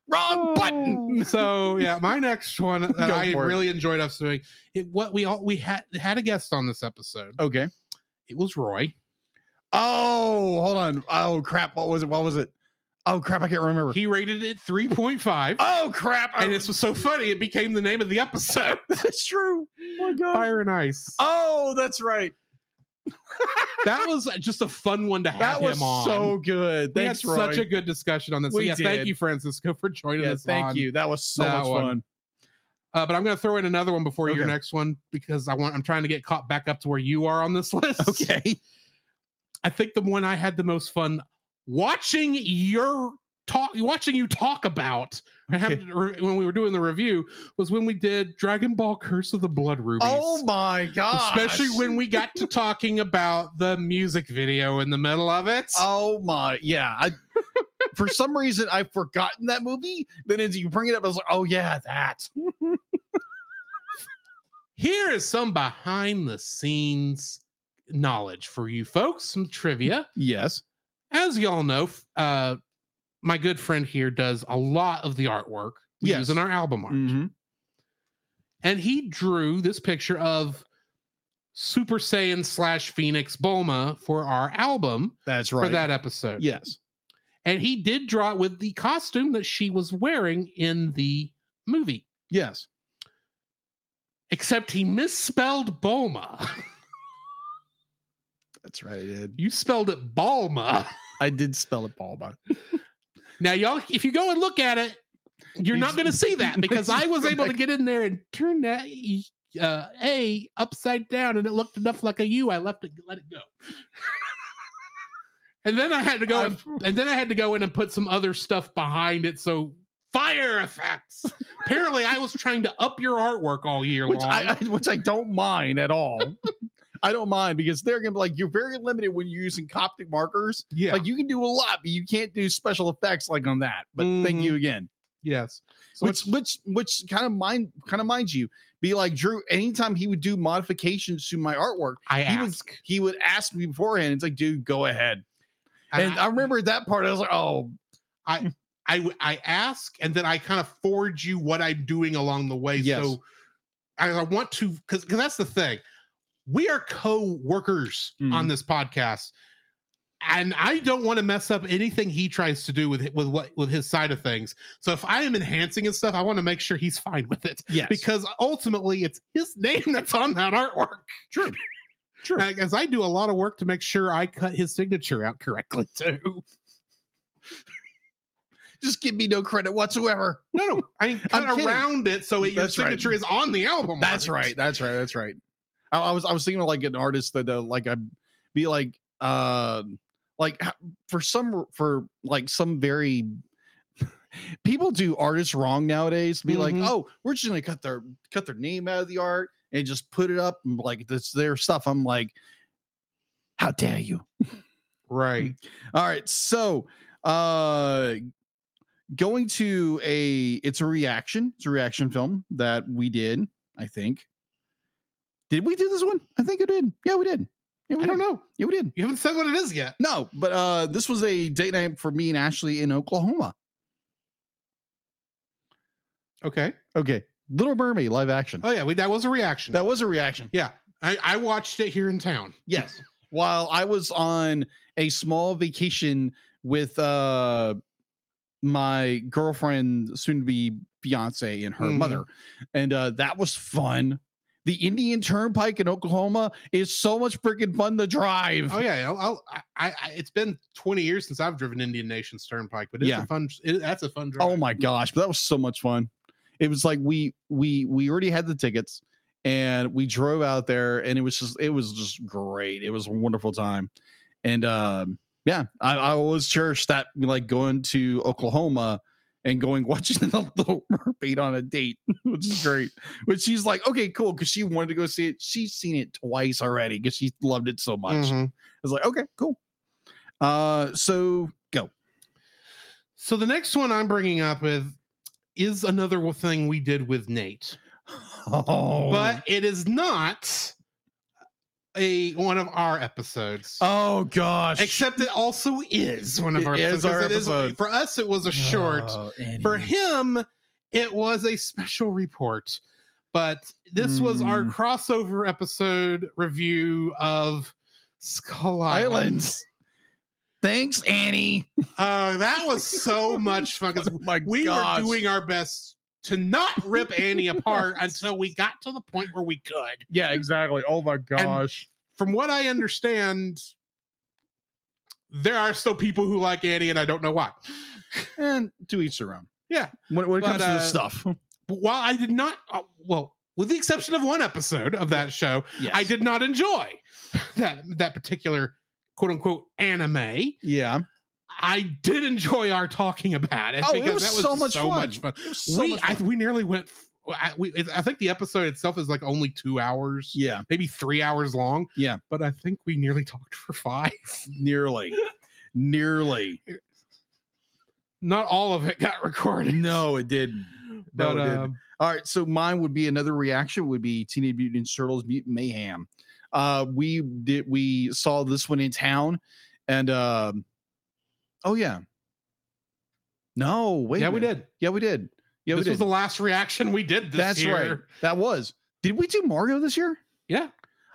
Wrong button.
so yeah, my next one that
Oh. Go
I
for it.
really enjoyed us doing it. What we all we had had a guest on this episode.
Okay.
It was Roy.
Oh, hold on. Oh crap. What was it? What was it? Oh crap. I can't remember.
He rated it three point five.
oh crap. I-
And this was so funny, it became the name of the episode.
that's true. Oh my god.
Fire and Ice.
Oh, that's right.
That was just a fun one to have
That
him
was
on.
so good.
we
Thanks,
had
Roy.
such a good discussion on this. So
We
yeah,
did.
thank you, Francisco, for joining
yeah,
us.
thank
on.
you. That was so
that
much
one.
fun.
Uh, but I'm going to throw in another one before your
Okay.
next one because I want I'm trying to get caught back up to where you are on this list.
Okay.
I think the one I had the most fun watching your talk, watching you talk about I had-
Okay.
when we were doing the review was when we did Dragon Ball Curse of the Blood Rubies.
Oh my god.
Especially when we got to talking about the music video in the middle of it.
Oh my yeah. I for some reason I've forgotten that movie. Then as you bring it up, I was like, oh yeah, that.
Here is some behind the scenes knowledge for you folks, some trivia.
Yes.
as y'all know, f- uh, my good friend here does a lot of the artwork we
Yes. Mm-hmm.
use in our album art, and he drew this picture of Super Saiyan slash Phoenix Bulma for our album
That's right.
for that episode.
Yes.
and he did draw it with the costume that she was wearing in the movie,
Yes.
except he misspelled Bulma.
That's right. I did.
you spelled it Balma.
I did spell it ball but
Now, y'all, if you go and look at it, you're
You
not
s-
going to see that because I was able to get in there and turn that E- uh, A upside down, and it looked enough like a U. I left it, let it go. and then I had to go, and, and then I had to go in and put some other stuff behind it. So fire effects. Apparently, I was trying to up your artwork all year
which
long.
I, I which I don't mind at all. I don't mind because they're gonna be like you're very limited when you're using Coptic markers.
Yeah.
Like you can do a lot, but you can't do special effects like on that. But thank you again.
yes. Mm-hmm. So
which which which kind of mind kind of mind you be like Drew. Anytime he would do modifications to my artwork,
I
he was he would ask me beforehand. It's like, dude, go ahead. And I, remember that part. I was like, oh,
I w- I ask and then I kind of forward you what I'm doing along the way.
Yes.
So I, I want to because because that's the thing. We are co-workers on
Mhm.
this podcast, and I don't want to mess up anything he tries to do with with what with his side of things. So if I am enhancing his stuff, I want to make sure he's fine with it
yes,
because ultimately it's his name that's on that artwork. True. True. As I do a lot of work to make sure I cut his signature out correctly too.
just give me no credit whatsoever.
No, no. I mean,
I'm
cut
kidding.
around it so it, your
That's right.
signature is on the album.
That's
art.
right. That's right. That's right. I, I was I was thinking of like an artist that uh, like I'd be like uh like h- for some for like some very people do artists wrong nowadays. Be
Mhm.
like, oh, we're just gonna cut their cut their name out of the art and just put it up and like that's their stuff. I'm like, how dare you?
Right.
All right, so uh going to a it's a reaction, it's a reaction film that we did, I think. Did we do this one? I think I did. Yeah, we did. Yeah, we
I
did.
don't know.
Yeah, we did.
You haven't said what it is yet.
No, but uh this was a date night for me and Ashley in Oklahoma.
Okay.
Okay. Little Mermaid live action.
Oh yeah, we, that was a reaction.
That was a reaction.
yeah, I, I watched it here in town.
Yes. While I was on a small vacation with uh my girlfriend, soon to be fiance and her
Mhm.
mother. And uh that was fun. The Indian Turnpike in Oklahoma is so much freaking fun to drive.
Oh yeah, I'll, I'll, I, I, I- it's been 20 years since I've driven Indian Nation's Turnpike, but it's
Yeah.
a fun. It, that's a fun drive.
Oh my gosh, but that was so much fun. It was like we we we already had the tickets and we drove out there and it was just it was just great. It was a wonderful time. And um yeah, I, I always cherish that like going to Oklahoma and going watching the little mermaid on a date, which is great. But she's like, okay, cool, because she wanted to go see it. She's seen it twice already because she loved it so much. I
Mhm.
was like, okay, cool. Uh so go.
So the next one I'm bringing up is is another w- thing we did with Nate,
Oh,
but it is not a one of our episodes.
Oh gosh.
Except it also is one of
It
our,
is
episodes, 'cause
our
it is-
episode. Oh.
for us, it was a short. for him, it was a special report. But this was our
Mm.
crossover episode review of Skull Island.
Islands. Thanks, Annie.
Uh, that was so much fun because
Oh my
we were doing our best to not rip Annie apart until we got to the point where we could.
Yeah, exactly. Oh my gosh.
From what I understand, there are still people who like Annie, and I don't know why.
And, to each their own.
Yeah.
When, when it
But,
comes to
uh,
this stuff.
But while I did not, uh, well, with the exception of one episode of that show,
Yes.
I did not enjoy that that particular quote unquote anime.
Yeah.
I did enjoy our talking about it
Oh, it was so much fun.
we I, we nearly went. I, we, I think the episode itself is like only two hours,
yeah.
maybe three hours long.
Yeah.
but I think we nearly talked for five.
Nearly. Nearly.
Not all of it got recorded.
No, it didn't.
but
it didn't.
um,
All right, so mine would be another reaction would be Teenage Mutant Ninja Turtles Mutant Mayhem. Uh, we did we saw this one in town, and um, oh yeah, no wait,
yeah,
a
we
minute.
did.
yeah we did, yeah
this
we
was
did.
the last reaction we did this
That's
year.
right, that was. Did we do Mario this year?
Yeah.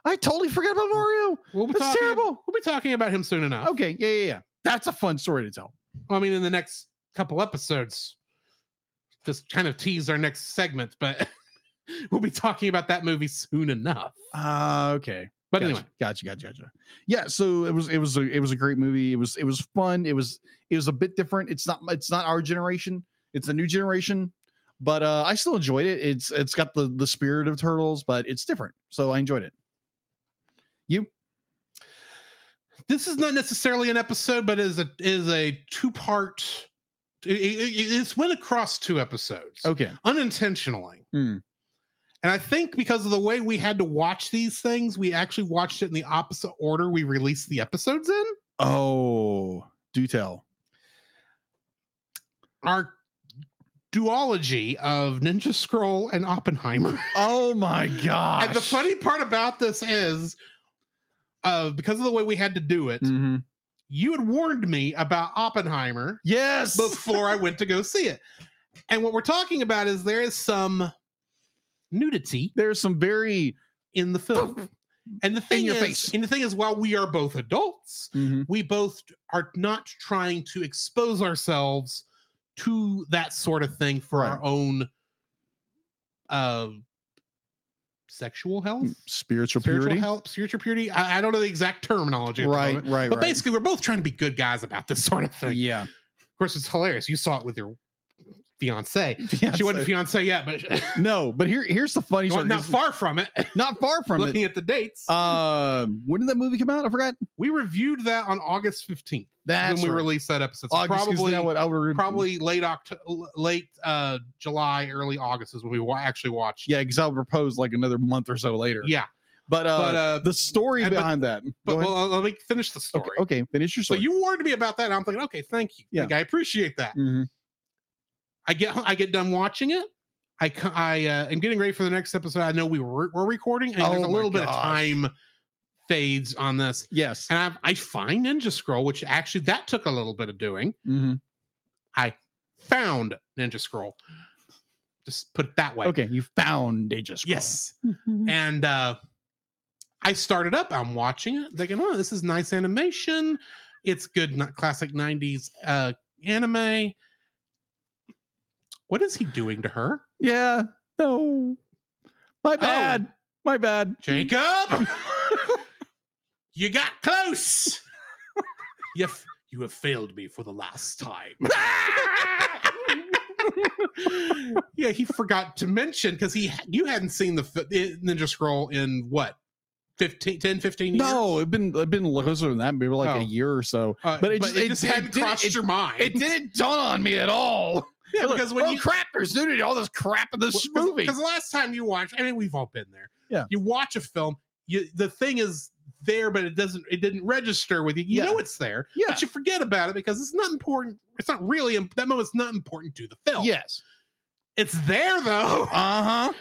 I totally forgot about Mario.
We'll be
That's
talking,
terrible.
We'll be talking about him soon enough.
Okay, yeah, yeah, yeah. That's a fun story to tell.
Well, I mean, in the next couple episodes, just kind of tease our next segment, but we'll be talking about that movie soon enough.
Uh, okay.
But
gotcha,
anyway,
gotcha, gotcha, gotcha. Yeah, so it was it was a it was a great movie. It was it was fun. It was it was a bit different. It's not it's not our generation. It's a new generation, but uh I still enjoyed it. It's it's got the the spirit of turtles, but it's different. So I enjoyed it.
this is not necessarily an episode, but is a is a two part.
Oh.
It, it- it- it's went across two episodes
Okay.
unintentionally.
Hmm.
And I think because of the way we had to watch these things, we actually watched it in the opposite order we released the episodes in.
Oh, do tell.
Our duology of Ninja Scroll and Oppenheimer.
Oh my gosh.
And the funny part about this is, uh, because of the way we had to do it,
Mhm.
you had warned me about Oppenheimer
Yes.
before I went to go see it. And what we're talking about is there is some nudity
There's some very
in the film. And the thing
your
is,
face.
and the thing is, while we are both adults, we both are not trying to expose ourselves to that sort of thing for our
Right.
own uh, sexual
Mm.
health, spiritual
spiritual, purity.
health, spiritual purity. I, I don't know the exact terminology, at the
Right,
moment,
right,
But
right.
basically, we're both trying to be good guys about this sort of thing.
yeah.
Of course, it's hilarious. You saw it with your fiance. She wasn't
Fiance.
fiance yet, but
No, but here here's the funny
well,
story.
not
'cause
far from it.
not far from it.
Looking at the dates,
Um, when did that movie come out? I forgot.
we reviewed that on August fifteenth when
That's
we
right.
released that episode. So
August, 'cause
probably
now what I would-
probably late October, late uh, July, early August is when we wa- actually watched.
yeah, because I'll propose like another month or so later.
yeah.
but uh,
but, uh,
the story
and- but-
behind that.
But
Go ahead.
well, uh, let me finish the story.
okay, finish your
So
story.
you warned me about that. And I'm thinking, okay, thank you.
Yeah.
Like, I appreciate that.
Mhm.
I get I get done watching it. I co- I uh, am getting ready for the next episode. I know we were, we're recording, and
Oh
there's a
my
little bit of
gosh.
time fades on this.
Yes.
And I, I find Ninja Scroll, which actually that took a little bit of doing.
Mhm.
Found Ninja Scroll. Just put it that way.
Okay, you found Ninja Scroll.
Yes. and uh, I started up. I'm watching it, thinking, "Oh, this is nice animation. It's good, not classic '90s uh, anime." What is he doing to her,
Yeah. No. My
Oh.
bad. My bad.
Jacob? you got close. you f- you have failed me for the last time. yeah, he forgot to mention because he you hadn't seen the fi- Ninja Scroll in what 15, 10, 15 years.
No, it'd been it'd been closer than that, maybe like
Oh.
a year or so.
Uh,
but it just, it
hadn't
didn't-
crossed
it-
your mind.
It didn't dawn on me at all.
yeah, because when
oh,
you
crap, there's nudity, all this crap in this movie.
because last time you watched, I mean, we've all been there.
Yeah.
you watch a film, you the thing is there, but it doesn't. It didn't register with you. You
Yeah.
know it's there,
yeah.
but you forget about it because it's not important. It's not really im- that moment's not important to the film.
Yes.
it's there though,
Uh huh.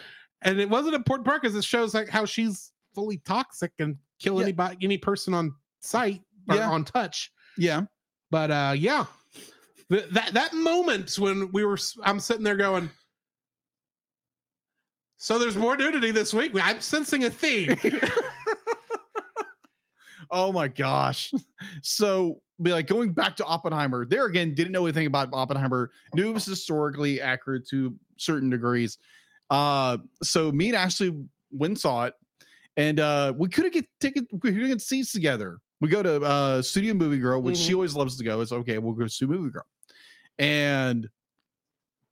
and it wasn't important part because it shows like how she's fully toxic and kill
Yeah.
anybody, any person on sight or
Yeah.
on touch.
Yeah.
but uh yeah Th- that that moment when we were s- i'm sitting there going so there's more nudity this week i'm sensing a theme
Oh my gosh. So, be like going back to Oppenheimer, there again, didn't know anything about Oppenheimer, knew it was historically accurate to certain degrees. Uh, so me and Ashley went and saw it, and uh, we couldn't get ticket, we couldn't get seats together. We go to uh, Studio Movie Girl, which she always loves to go. It's okay, we'll go to Studio Movie Girl, and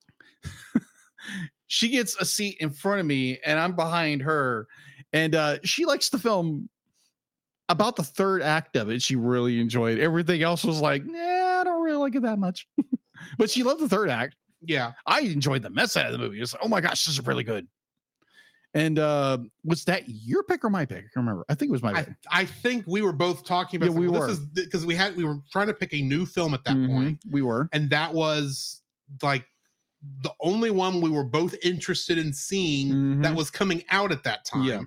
she gets a seat in front of me, and I'm behind her, and uh, she likes the film. About the third act of it, she really enjoyed. it. Everything else was like, nah, I don't really like it that much. but she loved the third act.
yeah
I enjoyed the mess out of the movie. It's like, oh my gosh, this is really good. And uh was that your pick or my pick? I can't remember. I think it was my
i
pick.
i think we were both talking about
Yeah, we were.
this is because we had we were trying to pick a new film at that
Mhm.
point
We were.
and that was like the only one we were both interested in seeing that was coming out at that time
Mm-hmm. Yeah.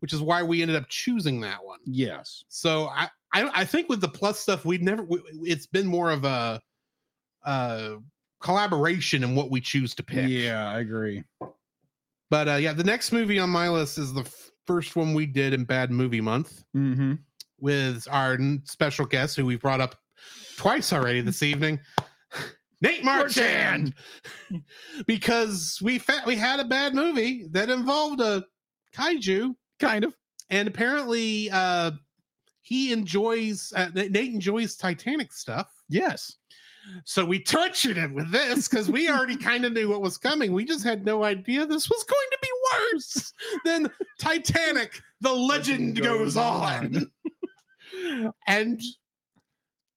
which is why we ended up choosing that one
Yes.
So I, I I think with the plus stuff we've never we, we- it's been more of a uh collaboration in what we choose to pick.
Yeah, I agree.
But uh yeah, the next movie on my list is the f- first one we did in Bad Movie Month
Mm-hmm.
with our n- special guest who we brought up twice already this evening. Nate Marchand, because we fa- we had a bad movie that involved a kaiju
Kind of.
and apparently uh he enjoys uh, N- nate enjoys titanic stuff
Yes.
so we tortured him with this because we already kind of knew what was coming we just had no idea this was going to be worse than titanic the legend goes on and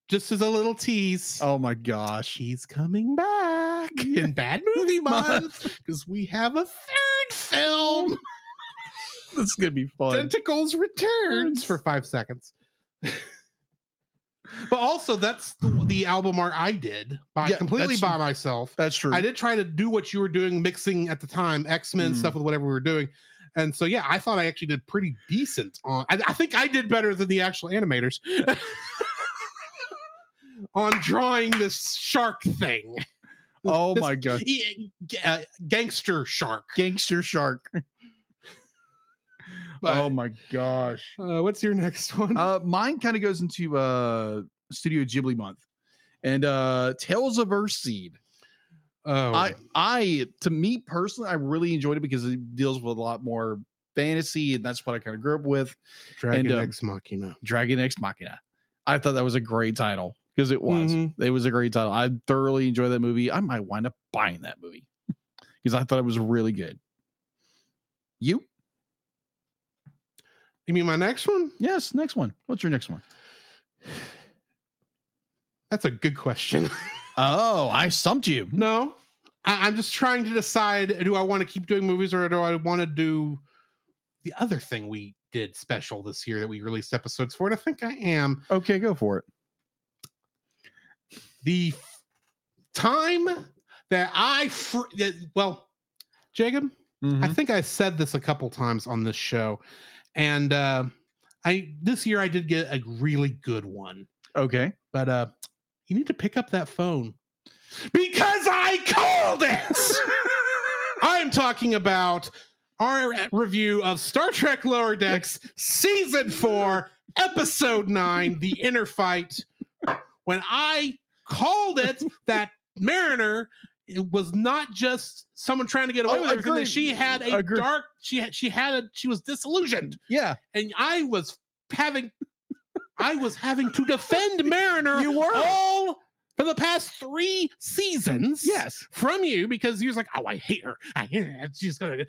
just as a little tease
Oh my gosh.
she's coming Oh, back in bad movie month because we have a third film
this is gonna be fun.
Tentacles returns for five seconds. but also, that's the, the album art I did by
Yeah,
completely
that's-
by myself.
That's true.
I did try to do what you were doing, mixing at the time X Men
Mhm.
stuff with whatever we were doing. And so, yeah, I thought I actually did pretty decent on. I, I think I did better than the actual animators on drawing this shark thing.
oh
This
my god,
e- g- uh, gangster shark.
gangster shark. oh
But,
my gosh.
uh, what's your next one?
Uh, mine kind of goes into uh Studio Ghibli month, and uh Tales of Earthseed.
oh,
I I to me personally, I really enjoyed it because it deals with a lot more fantasy, and that's what I kind of grew up with.
Dragon
and, um,
Ex Machina.
Dragon X Machina. I thought that was a great title because it was.
Mhm.
It was a great title. I thoroughly enjoyed that movie. I might wind up buying that movie because I thought it was really good. You?
You mean my next one?
Yes. Next one. What's your next one?
That's a good question.
Oh, I stumped you.
No, I, I'm just trying to decide: do I want to keep doing movies, or do I want to do the other thing we did special this year that we released episodes for? And I think I am
Okay, go for it.
the f- time that I fr- that, well, Jacob, I
Mm-hmm.
think I said this a couple times on this show, and uh, I this year I did get a really good one,
Okay.
but uh, you need to pick up that phone because I called it. I'm talking about our review of Star Trek Lower Decks Season 4, Episode 9, The Inner Fight. When I called it that Mariner it was not just someone trying to get away
Oh,
with everything.
agreed.
that She had a
Agreed.
dark, she had she had a she was disillusioned.
Yeah.
And I was having I was having to defend Mariner
You were.
all for the past three seasons
Yes.
from you because he was like, "Oh, I hate her. I hate her. She's gonna."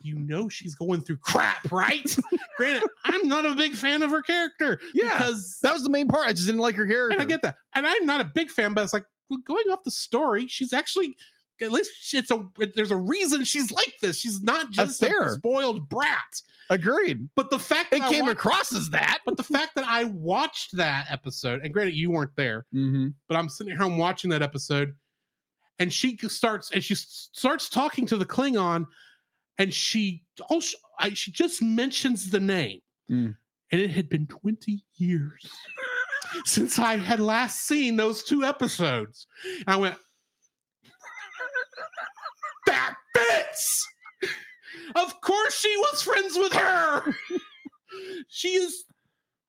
You know she's going through crap, right? Granted, I'm not a big fan of her character.
Yeah.
because
That was the main part. I just didn't like her character.
and I get that, and I'm not a big fan, but it's like well, going off the story, she's actually at least it's a there's a reason she's like this. She's not
That's
just a
fair.
spoiled brat.
Agreed.
But the fact that
It
I
came
wa-
across as that.
but the fact that I watched that episode, and granted, you weren't there,
Mm-hmm.
but I'm sitting here, I'm watching that episode, and she starts and she s- starts talking to the Klingon, and she oh sh- I, she just mentions the name,
Mm.
and it had been 20 years since I had last seen those two episodes. And I went, that bitch. Of course, she was friends with her. she is.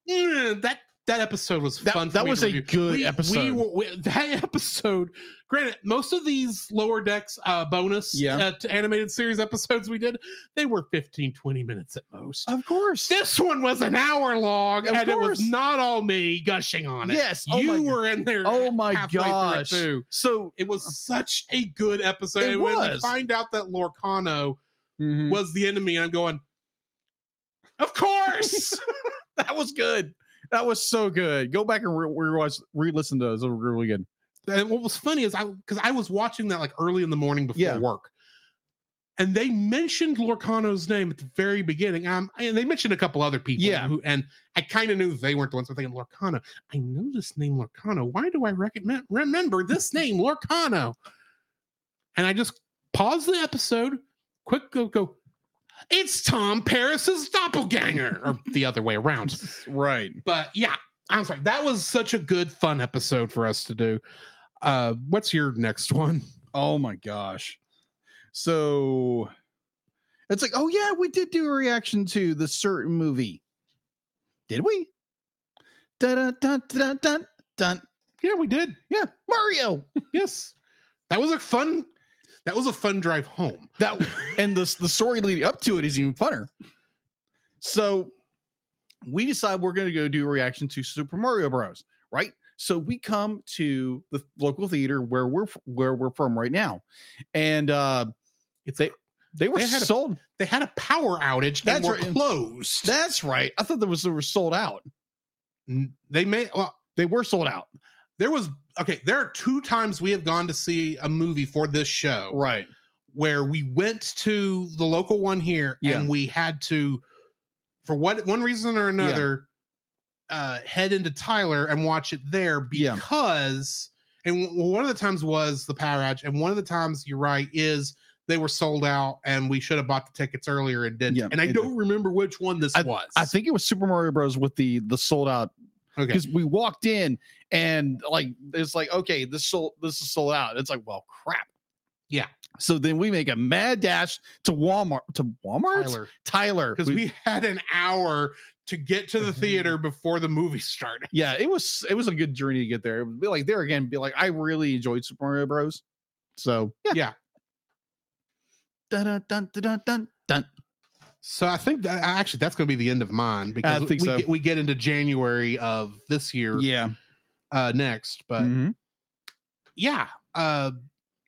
Mm, that that episode was
That-
fun. for
that
me
was
to
a
review.
good
We- we
episode.
were- we- that episode. Granted, most of these lower decks uh, bonus
Yeah.
uh, t- animated series episodes we did, they were 15, 20 minutes at most.
Of course.
This one was an hour long,
Of
and it
course.
was not all me gushing on it.
Yes. Oh
you
my
were in there.
Oh my
halfway through
gosh.
too.
So
It was such a good episode.
It
and when we
was.
find out that Lorcano
Mhm.
was the enemy, and I'm going, of course.
that was good. That was so good. Go back and re- rewatch, re-listen to those. They were really good.
and what was funny is I because I was watching that like early in the morning before
Yeah.
work. And they mentioned Lorcano's name at the very beginning. Um, and they mentioned a couple other people.
Yeah.
Who, and I kind of knew they weren't the ones. I'm thinking Lorcano. I know this name Lorcano. Why do I recommend remember this name Lorcano? And I just pause the episode, quick go go. It's Tom Paris's doppelganger, or the other way around
Right.
but yeah, I'm sorry. That was such a good, fun episode for us to do. Uh, what's your next one?
Oh my gosh. So it's like, oh yeah, we did do a reaction to the certain movie. Did we? Dun dun dun dun dun.
Yeah, we did.
Yeah, Mario.
Yes, that was a fun. That was a fun drive home.
That and the the story leading up to it is even funner. So we decide we're going to go do a reaction to Super Mario Bros. Right? So we come to the local theater where we're f- where we're from right now, and uh,
It's
They- they were
They had a-
sold.
they had a power outage and
That's
were
right.
closed.
That's right. I thought there was they were sold out.
N- they may well.
They were sold out.
There was okay. There are two times we have gone to see a movie for this show
Right.
where we went to the local one here
Yeah.
and we had to, for what one reason or another, uh, head into Tyler and watch it there
Yeah.
because, and w- one of the times was the Power Outage, and one of the times you're right is they were sold out and we should have bought the tickets earlier and didn't.
Yeah,
and I
it-
don't remember which one this was.
I think it was Super Mario Bros. with the the sold out
okay.
because we walked in and like it's like okay this sold this is sold out it's like well crap
Yeah.
so then we make a mad dash to walmart to walmart tyler,
Tyler. because we, had an hour to get to the
Mm-hmm.
theater before the movie started.
yeah it was it was a good journey to get there it would be like there again be like i really enjoyed super mario bros so yeah
Yeah.
dun dun dun dun dun, dun dun
So I think that actually that's going to be the end of mine because
think
we,
so.
get, we get into January of this year
yeah
uh, next. But
Mhm.
yeah, uh,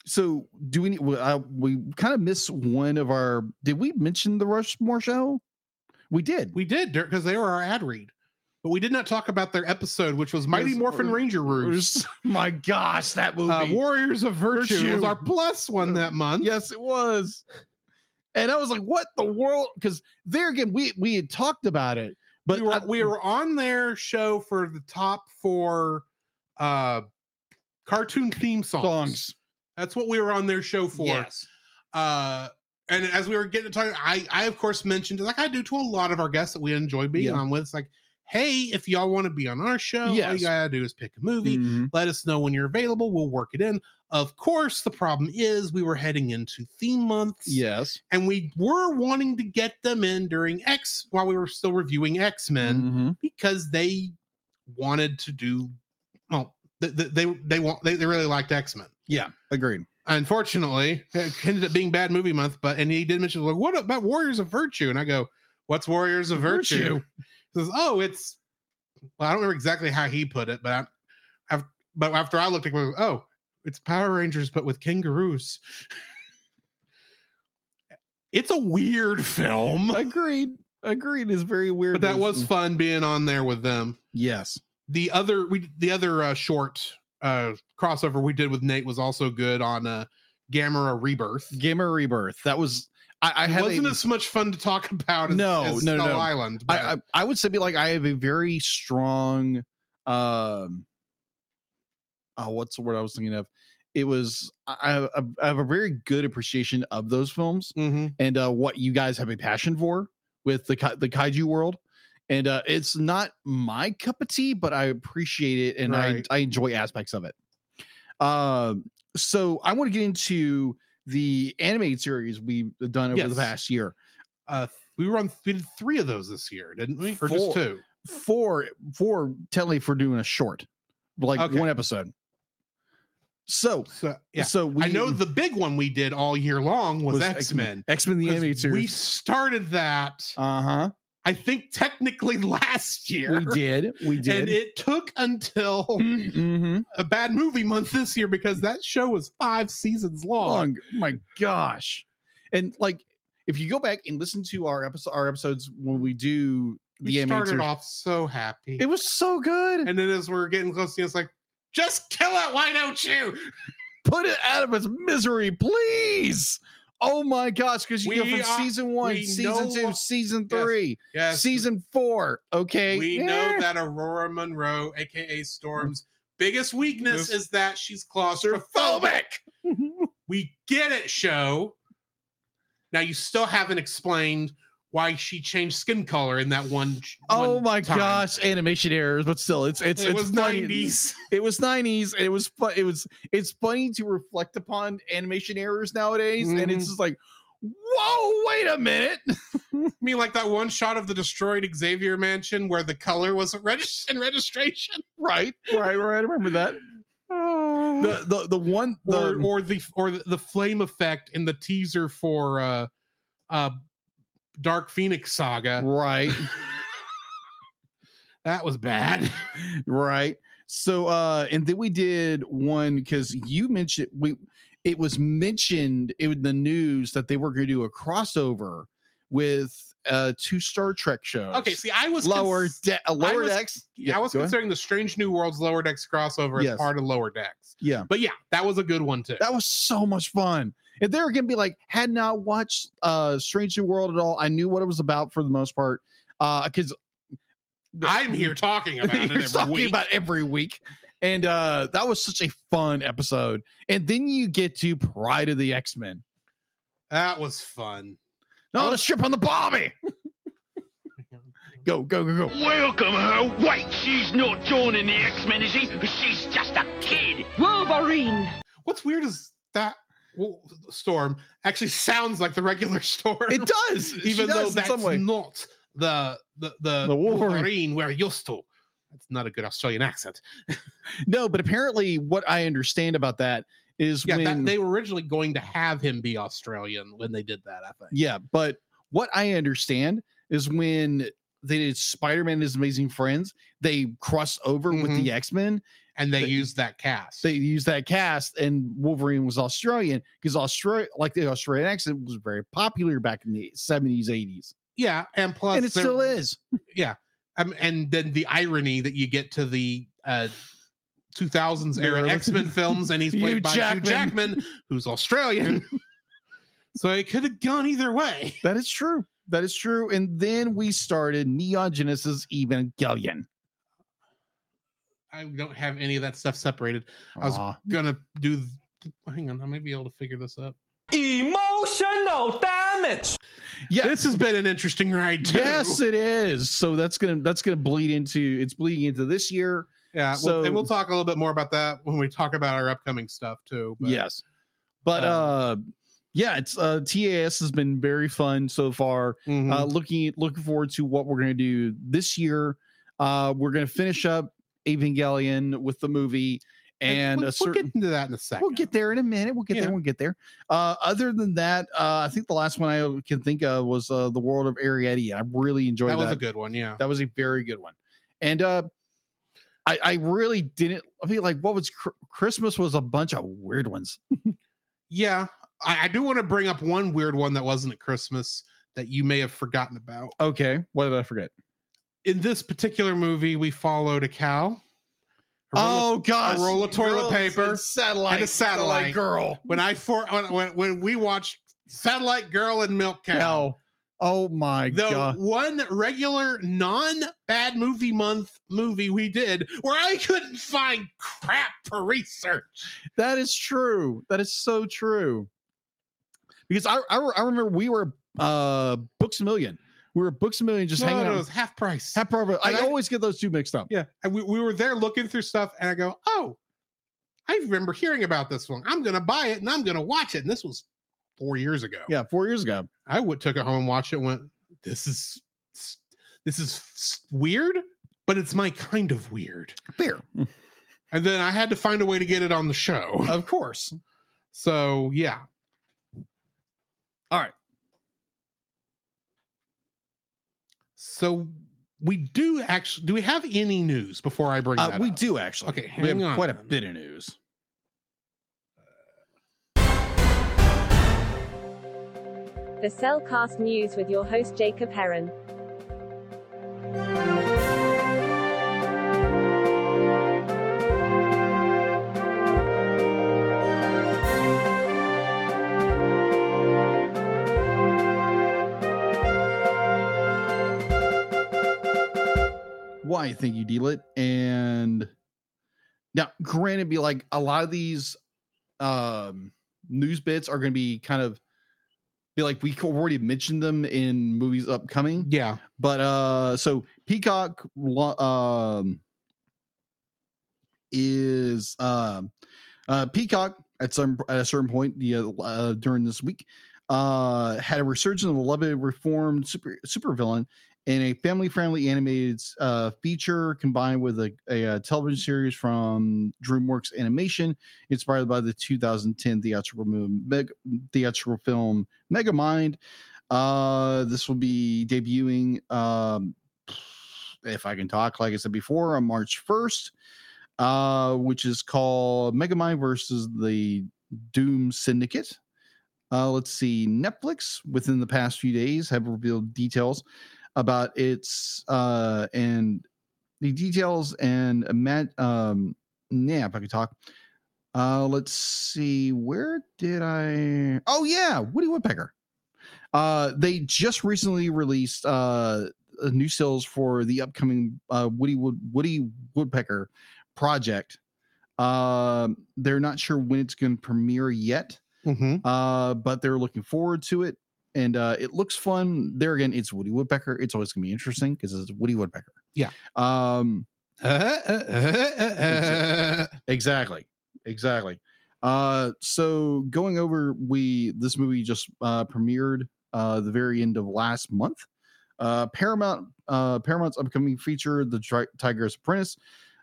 so do we need well, uh, we kind of miss one of our did we mention the rushmore show we did
we did because they were our ad read, but we did not talk about their episode, which was Mighty
Yes,
Morphin
or-
Ranger Roost.
my gosh that movie
Uh, Warriors of Virtue, was
Virtue.
our plus one that month.
Yes, it was. And I was like, what the world? Because there again, we we had talked about it, but
we were
I-
we were on their show for the top four uh, cartoon theme songs.
songs.
That's what we were on their show for.
Yes.
Uh, and as we were getting to talking, I, I of course mentioned, like I do to a lot of our guests that we enjoy being
Yeah.
on with. It's like, hey, if y'all want to be on our show, all
Yes. Mm.
you gotta do is pick a movie. Let us know when you're available. We'll work it in. Of course, the problem is we were heading into theme months,
Yes.
and we were wanting to get them in during X while we were still reviewing X Men
Mhm.
because they wanted to do well they they they, they want they, they really liked x-men
Agreed.
unfortunately it ended up being bad movie month but and he did mention like what about warriors of virtue and i go what's warriors of virtue, He says oh it's well i don't remember exactly how he put it but i I've, but after i looked at it oh it's power rangers but with kangaroos it's a weird film
Agreed. Agreed is very weird.
but that was
It's-
fun being on there with them
yes.
the other we the other uh, short uh crossover we did with Nate was also good on uh Gamera Rebirth.
Gamer Rebirth. That was I, I
It
had
wasn't
a,
as much fun to talk about as,
No,
as
no, no,
Skull
no.
Island. But
I, I I would say be like I have a very strong um oh what's the word I was thinking of? It was I, I have a- I have a very good appreciation of those films.
Mhm.
and uh, what you guys have a passion for with the ki- the kaiju world. And uh, it's not my cup of tea, but I appreciate it and
Right.
I, I enjoy aspects of it. Um, so I want to get into the animated series we've done over
Yes.
the past year.
uh, we were on we did three of those this year, didn't we? Or
Four.
just two?
Four, four, technically for doing a short, like
Okay.
one episode. So,
So yeah.
so we,
I know the big one we did all year long was, X Men.
X Men the animated
We
series.
started that,
Uh huh.
I think, technically last year.
We did. We
And
did.
it took until
Mhm.
a bad movie month this year because that show was five seasons long.
long. My gosh. And like if you go back and listen to our episode our episodes when we do
We
the animated
started
series,
off so happy,
it was so good.
and then as we're getting close to it, it's like, just kill it. Why don't you?
Put it out of its misery, please. Oh my gosh, because you go
We
from
are-
season one,
we
season
know-
two, season
Yes,
three,
Yes,
season four. Okay.
we
yeah. Mm-hmm.
know that Aurora Monroe, aka Storm's biggest weakness,
Yes. Mm-hmm.
is that she's claustrophobic. we get it, show. Now you still haven't explained why she changed skin color in that one.
Oh
one
my
time.
gosh, animation errors, but still, it's it's
It
it's
was
funny.
nineties.
It was nineties, and it was fun. It was it's funny to reflect upon animation errors nowadays, and
Mhm.
it's just like, whoa, wait a minute.
I mean, like that one shot of the destroyed Xavier Mansion where the color wasn't registered in registration.
right, right, right. I remember that. The the the one the
or or the or the flame effect in the teaser for uh uh Dark Phoenix Saga.
right,
That was bad.
right. So uh, and then we did one because you mentioned we it was mentioned in the news that they were going to do a crossover with uh two Star Trek shows.
Okay, see, I was
lower
cons-
de- uh, lower
was-
decks.
I was
go ahead.
considering the Strange New Worlds Lower Decks crossover as
Yes.
part of Lower Decks.
Yeah.
But yeah, that was a good one too.
That was so much fun. if they're gonna be like had not watched uh strange new world at all i knew what it was about for the most part uh because
I'm here talking about it
you're
every
talking
week.
about every week and uh that was such a fun episode and then you get to pride of the x-men
that was fun.
no let's strip on the bobby go go go go
Welcome her. Wait, she's not joining the X-Men, is she? She's just a kid.
Wolverine!
What's weird is that well, storm actually sounds like the regular storm.
it does She
even
does
though
in
that's
some way.
not the the the,
The Wolverine.
we're used to. That's not a good Australian accent.
no but apparently what i understand about that is
Yeah,
when
that, they were originally going to have him be Australian when they did that. I think.
Yeah, but what I understand is when they did Spider-Man and his amazing friends, they crossed over with
Mhm.
the X-Men.
and they
They-
used that cast.
They used that cast and Wolverine was Australian because Australia like the Australian accent was very popular back in the 70s, 80s.
yeah, and plus,
and it
there-
still is.
Um, and then the irony that you get to the uh, 2000s era
They're-
X Men films, and he's
Hugh
played by
Jackman.
Hugh Jackman, who's Australian. so it could have gone either way.
That is true. That is true. And then we started Neon Genesis Evangelion.
I don't have any of that stuff separated. I was
Aw.
gonna do. th- Hang on, I might be able to figure this up.
Emotional damage.
Yeah.
This has been an interesting ride. too.
Yes, it is. So that's gonna that's gonna bleed into it's bleeding into this year.
Yeah. So,
So-
and we'll talk a little bit more about that when we talk about our upcoming stuff too. but-
yes but uh yeah it's uh tas has been very fun so far
Mhm.
uh looking looking forward to what we're gonna do this year uh we're gonna finish up evangelion with the movie and
we'll,
a
we'll
certain
get into that in a second.
We'll get there in a minute. We'll get
Yeah.
there. We'll get there. Uh, other than that, uh, I think the last one I can think of was uh, the World of Arietti. I really enjoyed
that
that.
was a good one. Yeah.
That was a very good one. And uh I, I really didn't I mean like what was cr- Christmas was a bunch of weird ones.
Yeah, I, I do want to bring up one weird one that wasn't at Christmas that you may have forgotten about.
Okay, what did I forget?
In this particular movie, we followed a cow. A roll of-
Oh, gosh,
a roll of toilet
girls
paper
and satellite,
and a satellite.
girl.
when I for when, when when we watched Satellite Girl and Milk Cow,
Hell, oh my
the
god,
one regular non bad movie month movie we did, where I couldn't find crap for research.
that is true. That is so true. Because I I, re- I remember we were uh Books a Million. We were Books a Million just
No,
hanging
no, Oh, it
out.
was half price.
Half Hour- I
And I-
always get those two mixed up.
Yeah, and we, we were there looking through stuff, and I go, "Oh, I remember hearing about this one. I'm gonna buy it and I'm gonna watch it." And this was four years ago.
Yeah, four years ago.
I would took it home, watched it, and went, "This is this is s- weird, but it's my kind of weird."
Beer,
And then I had to find a way to get it on the show.
of course.
So yeah,
All right.
so we do actually. Do we have any news before I bring
Uh,
that?
we
up?
do actually.
Okay,
we have
hang on
quite a
then.
bit of news.
The Cellcast News with your host Jacob Heron.
Why? Thank you, Delit. And now, granted, be like a lot of these um news bits are going to be kind of be like we already mentioned them in movies upcoming.
Yeah,
But uh so Peacock lo- um is um uh Peacock at some at a certain point the uh, uh, during this week uh had a resurgence of a beloved reformed super supervillain in a family-friendly animated uh, feature combined with a, a, uh television series from DreamWorks Animation, inspired by the 2010 theatrical movie, meg, theatrical film Megamind. Uh, this will be debuting, um, if I can talk, like I said before, on March 1st, uh, which is called Megamind versus the Doom Syndicate. Uh, let's see. Netflix, within the past few days, have revealed details about its uh, and the details and ima- um, yeah, if I could talk Uh, let's see. Where did I? Oh yeah, Woody Woodpecker. Uh, they just recently released uh uh, new sales for the upcoming uh, Woody Wood, Woody Woodpecker project. Um, they're not sure when it's going to premiere yet,
Mm-hmm.
uh, but they're looking forward to it, and uh, it looks fun. There again, it's Woody Woodpecker. It's always going to be interesting because it's Woody Woodpecker.
Yeah.
Um. uh,
Uh,
Exactly. Exactly. Uh, so going over, we this movie just uh, premiered uh, the very end of last month. Uh, Paramount uh, Paramount's upcoming feature, The Tri- Tiger's Apprentice.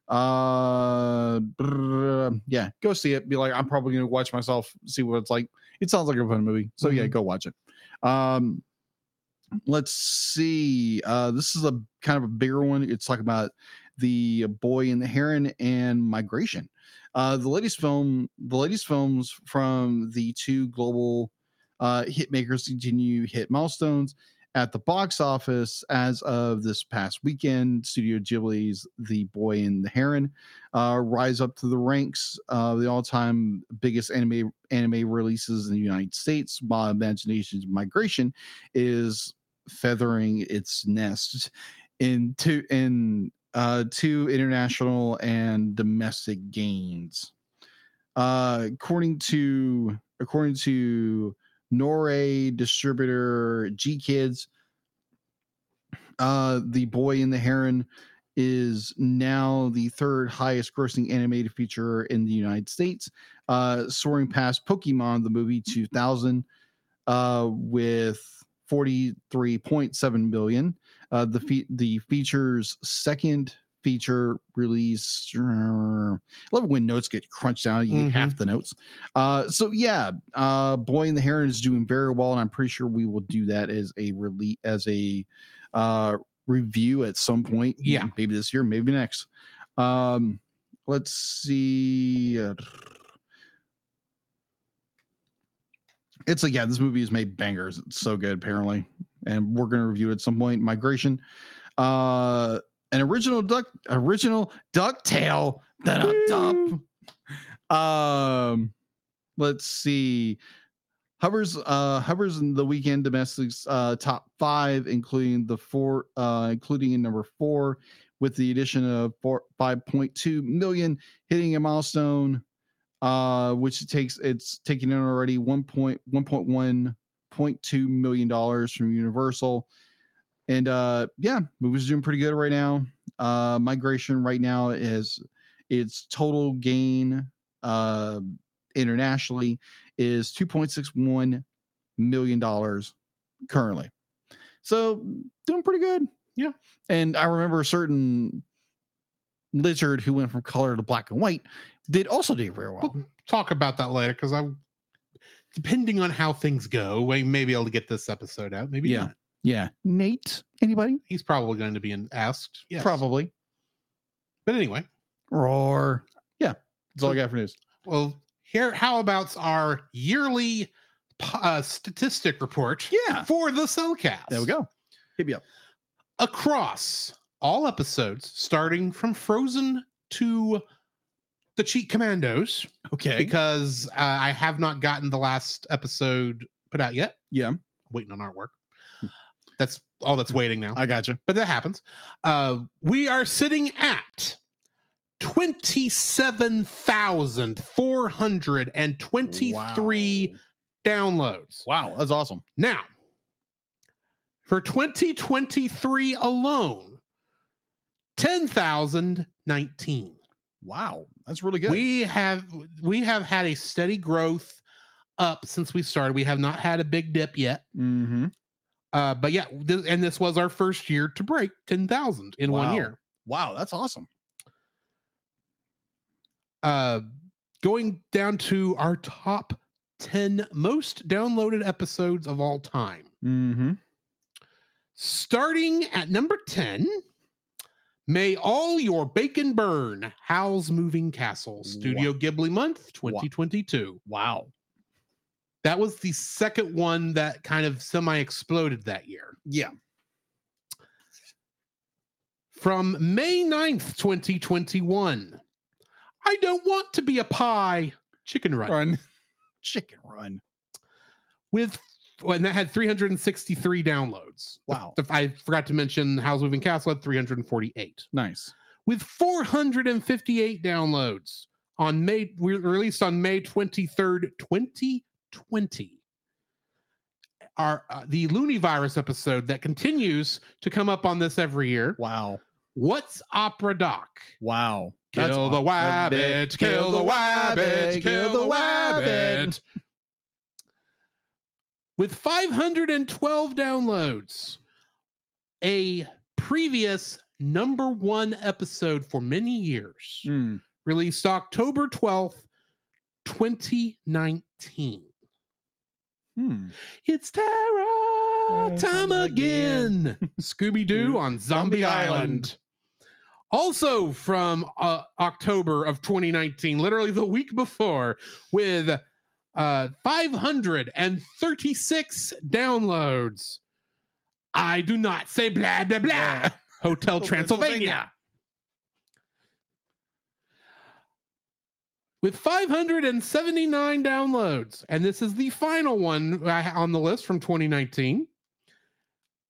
Uh, brr, yeah, go see it. Be like, I'm probably gonna watch myself, see what it's like. It sounds like a fun movie, so yeah,
Mhm.
go watch it. Um, let's see. Uh, this is a kind of a bigger one. It's talking about the boy and the heron and migration uh the latest film the latest films from the two global uh hit makers continue hit milestones at the box office as of this past weekend studio ghibli's the boy and the heron uh rise up to the ranks of the all-time biggest anime anime releases in the united states my imagination's migration is feathering its nest into in uh, to international and domestic gains. Uh, according to according to Norway distributor G Kids, uh, the Boy and the Heron is now the third highest grossing animated feature in the United States, uh, soaring past Pokemon the movie 2000 uh, with 43.7 million uh, the fe- the feature's second feature release. uh, I love it when notes get crunched down. You
Mhm.
get half the notes. Uh, so yeah, uh, Boy and the Heron is doing very well, and I'm pretty sure we will do that as a release as a uh, review at some point.
Yeah.
maybe this year, maybe next. Um, let's see. uh, It's like yeah, this movie has made bangers. It's so good, apparently and we're going to review at some point migration uh an original duck original ducktail that um let's see hovers uh hovers in the weekend domestics uh top five including the four uh including in number four with the addition of four, 5.2 million hitting a milestone uh which it takes it's taking in already 1.1.1 0.2 million dollars from Universal. And uh yeah, movie's doing pretty good right now. Uh migration right now is its total gain uh internationally is 2.61 million dollars currently. So doing pretty good.
Yeah.
And I remember a certain lizard who went from color to black and white did also do very well.
we'll talk about that later because I'm depending on how things go, I may be able to get this episode out. Maybe
Yeah.
not.
Yeah. Nate, anybody?
He's probably going to be an asked. Yes.
Probably.
But anyway,
Roar. Yeah. That's all I got for news.
well, here, how about our yearly po- uh, statistic report
Yeah.
for the Cellcast?
There we go. Hit me up.
Across all episodes, starting from Frozen to the Cheat Commandos,
Okay.
because uh, I have not gotten the last episode put out yet.
Yeah. Hmm.
waiting on artwork. That's all that's waiting now.
I gotcha.
but that happens. Uh, we are sitting at 27,423 downloads.
Wow. That's awesome.
Now, for 2023 alone, 10,019.
Wow. That's really good.
We have we have had a steady growth up since we started. We have not had a big dip yet.
mm-hmm.
Uh, but yeah, th- and this was our first year to break 10,000 in
Wow.
one year.
Wow. That's awesome.
Uh, going down to our top 10 most downloaded episodes of all time.
Mm-hmm.
Starting at number 10, May All Your Bacon Burn, Howl's Moving Castle, Studio Ghibli Month 2022.
Wow.
That was the second one that kind of semi exploded that year.
Yeah.
From May 9th, 2021, I don't want to be a pie. Chicken run.
Run. Chicken run.
With well, and that had 363 downloads.
Wow.
The- I forgot to mention Howl's Moving Castle had 348.
Nice.
with 458 downloads on May re- released on May 23rd, 2020. Our uh, the Looney Virus episode that continues to come up on this every year.
Wow.
What's Opera Doc?
Wow. That's
Kill the
awesome.
wabbit, kill the wabbit, kill the wabbit. With 512 downloads, a previous number one episode for many years,
Hmm.
released October 12th, 2019.
Hmm.
It's terror time
time
again. Scooby Doo on Zombie
Zombie
Island.
Island.
Also from uh, October of 2019, literally the week before, with uh, 536 downloads. I do not say blah, blah, blah.
Yeah.
Hotel Transylvania.
Transylvania.
With 579 downloads, and this is the final one I ha- on the list from 2019.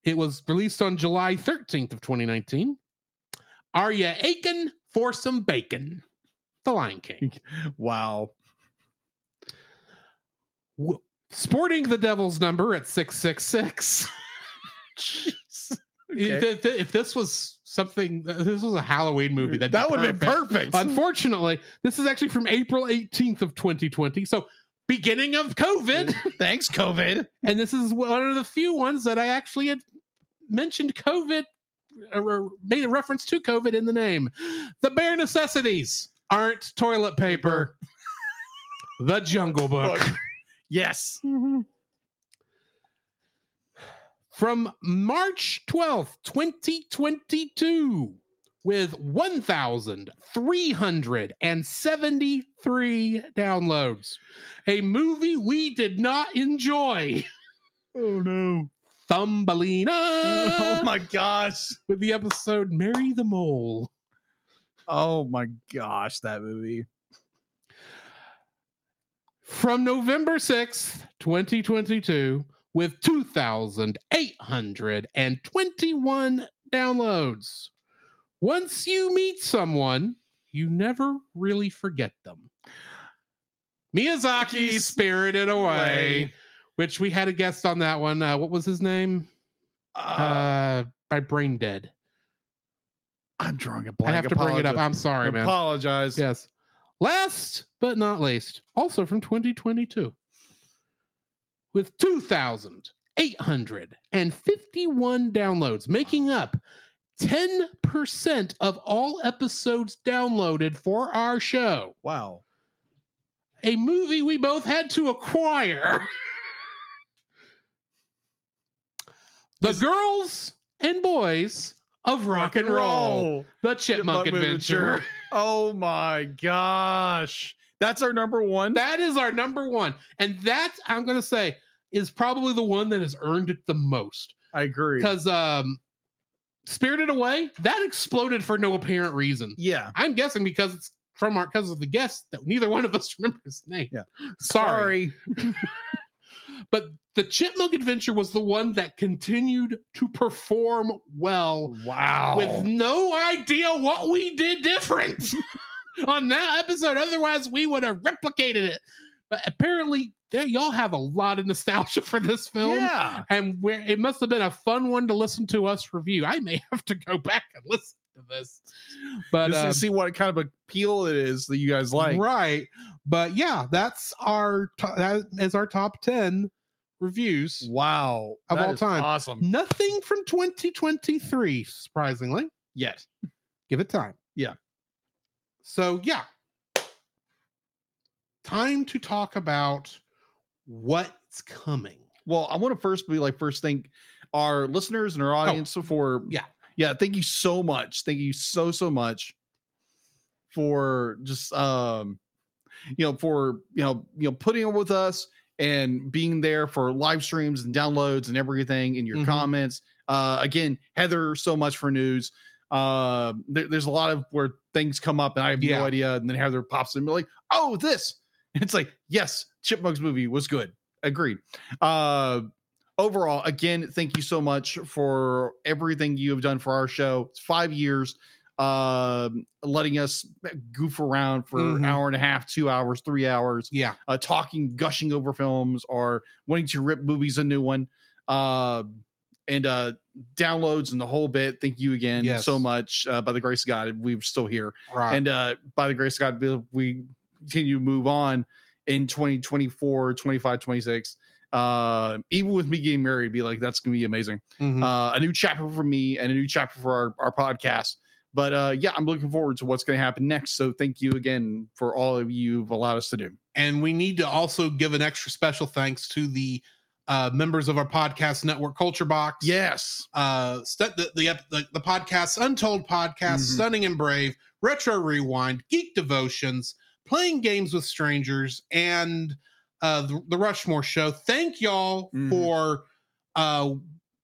It was released on July 13th of 2019. Are you aching for some bacon? The Lion King.
Wow.
W- Sporting the Devil's number at 666. If,
Okay.
if- if this was something, if this was a Halloween movie, that'd
That
be
would have been perfect.
Unfortunately, this is actually from April 18th of 2020. So beginning of COVID.
Thanks, COVID.
and this is one of the few ones that I actually had mentioned COVID or made a reference to COVID in the name. The bare necessities aren't toilet paper. the Jungle Book.
Yes.
from March 12th, 2022, with 1,373 downloads. A movie we did not enjoy.
Oh no.
Thumbelina
Oh my gosh.
with the episode Marry the Mole.
Oh my gosh, that movie.
From November 6th, 2022, with 2,821 downloads. Once you meet someone, you never really forget them. Miyazaki Spirited Away, which we had a guest on that one. Uh, what was his name?
Uh,
Uh, my brain dead.
I'm drawing a
I
blank.
have to bring it up.
Apologize.
I'm sorry, man.
Apologize.
Yes. Last but not least, also from 2022, with 2,851 downloads, making up 10% of all episodes downloaded for our show.
Wow.
A movie we both had to acquire. the Girls and Boys of Rock and Roll, the Chipmunk,
Chipmunk
Adventure.
Adventure. Oh my gosh. That's our number one.
That is our number one. And that I'm gonna say is probably the one that has earned it the most.
I agree.
Because um Spirited Away, that exploded for no apparent reason.
Yeah.
I'm guessing because it's from our because of the guest that neither one of us remembers his name.
Yeah.
Sorry. But the Chipmunk Adventure was the one that continued to perform well
Wow.
with no idea what we did different on that episode. Otherwise, we would have replicated it. But apparently, there y'all have a lot of nostalgia for this film.
yeah.
And where it must have been a fun one to listen to us review. I may have to go back and listen to this. But
Just
um,
to see what kind of appeal it is that you guys like.
right. But yeah, that's our to- that is our top 10 reviews.
Wow.
Of
That
all
is
time.
Awesome.
Nothing from 2023, surprisingly.
Yes.
give it time.
Yeah.
So yeah. Time to talk about what's coming.
Well, I want to first be like first thank our listeners and our audience for
Oh, yeah.
yeah. Thank you so much. Thank you so so much for just um you know for you know you know putting up with us and being there for live streams and downloads and everything and your
Mhm.
comments. Uh, again, Heather, so much for news. Uh, there, there's a lot of where things come up and I have
Yeah.
no idea, and then Heather pops in and be like, "Oh, this." It's like, yes, Chipmunks movie was good. Agreed. Uh, overall, again, thank you so much for everything you have done for our show. It's five years, um, letting us goof around for an
Mhm.
hour and a half, two hours, three hours,
Yeah.
uh, talking, gushing over films, or wanting to rip movies a new one, uh, and uh, downloads and the whole bit. Thank you again
Yes.
so much. Uh, by the grace of God, we're still here
Right.
and uh by the grace of god we- we continue to move on in 2024 25 26 uh even with me getting married be like that's gonna be amazing
Mhm.
uh a new chapter for me and a new chapter for our, our podcast but uh yeah i'm looking forward to what's gonna happen next so thank you again for all of you you've allowed us to do
and we need to also give an extra special thanks to the uh, members of our podcast network, Culture Box.
yes
uh st- the, the ep- the the podcasts untold podcast
Mhm.
stunning and brave retro rewind geek devotions playing games with strangers and uh the, the rushmore show thank y'all
Mhm.
for uh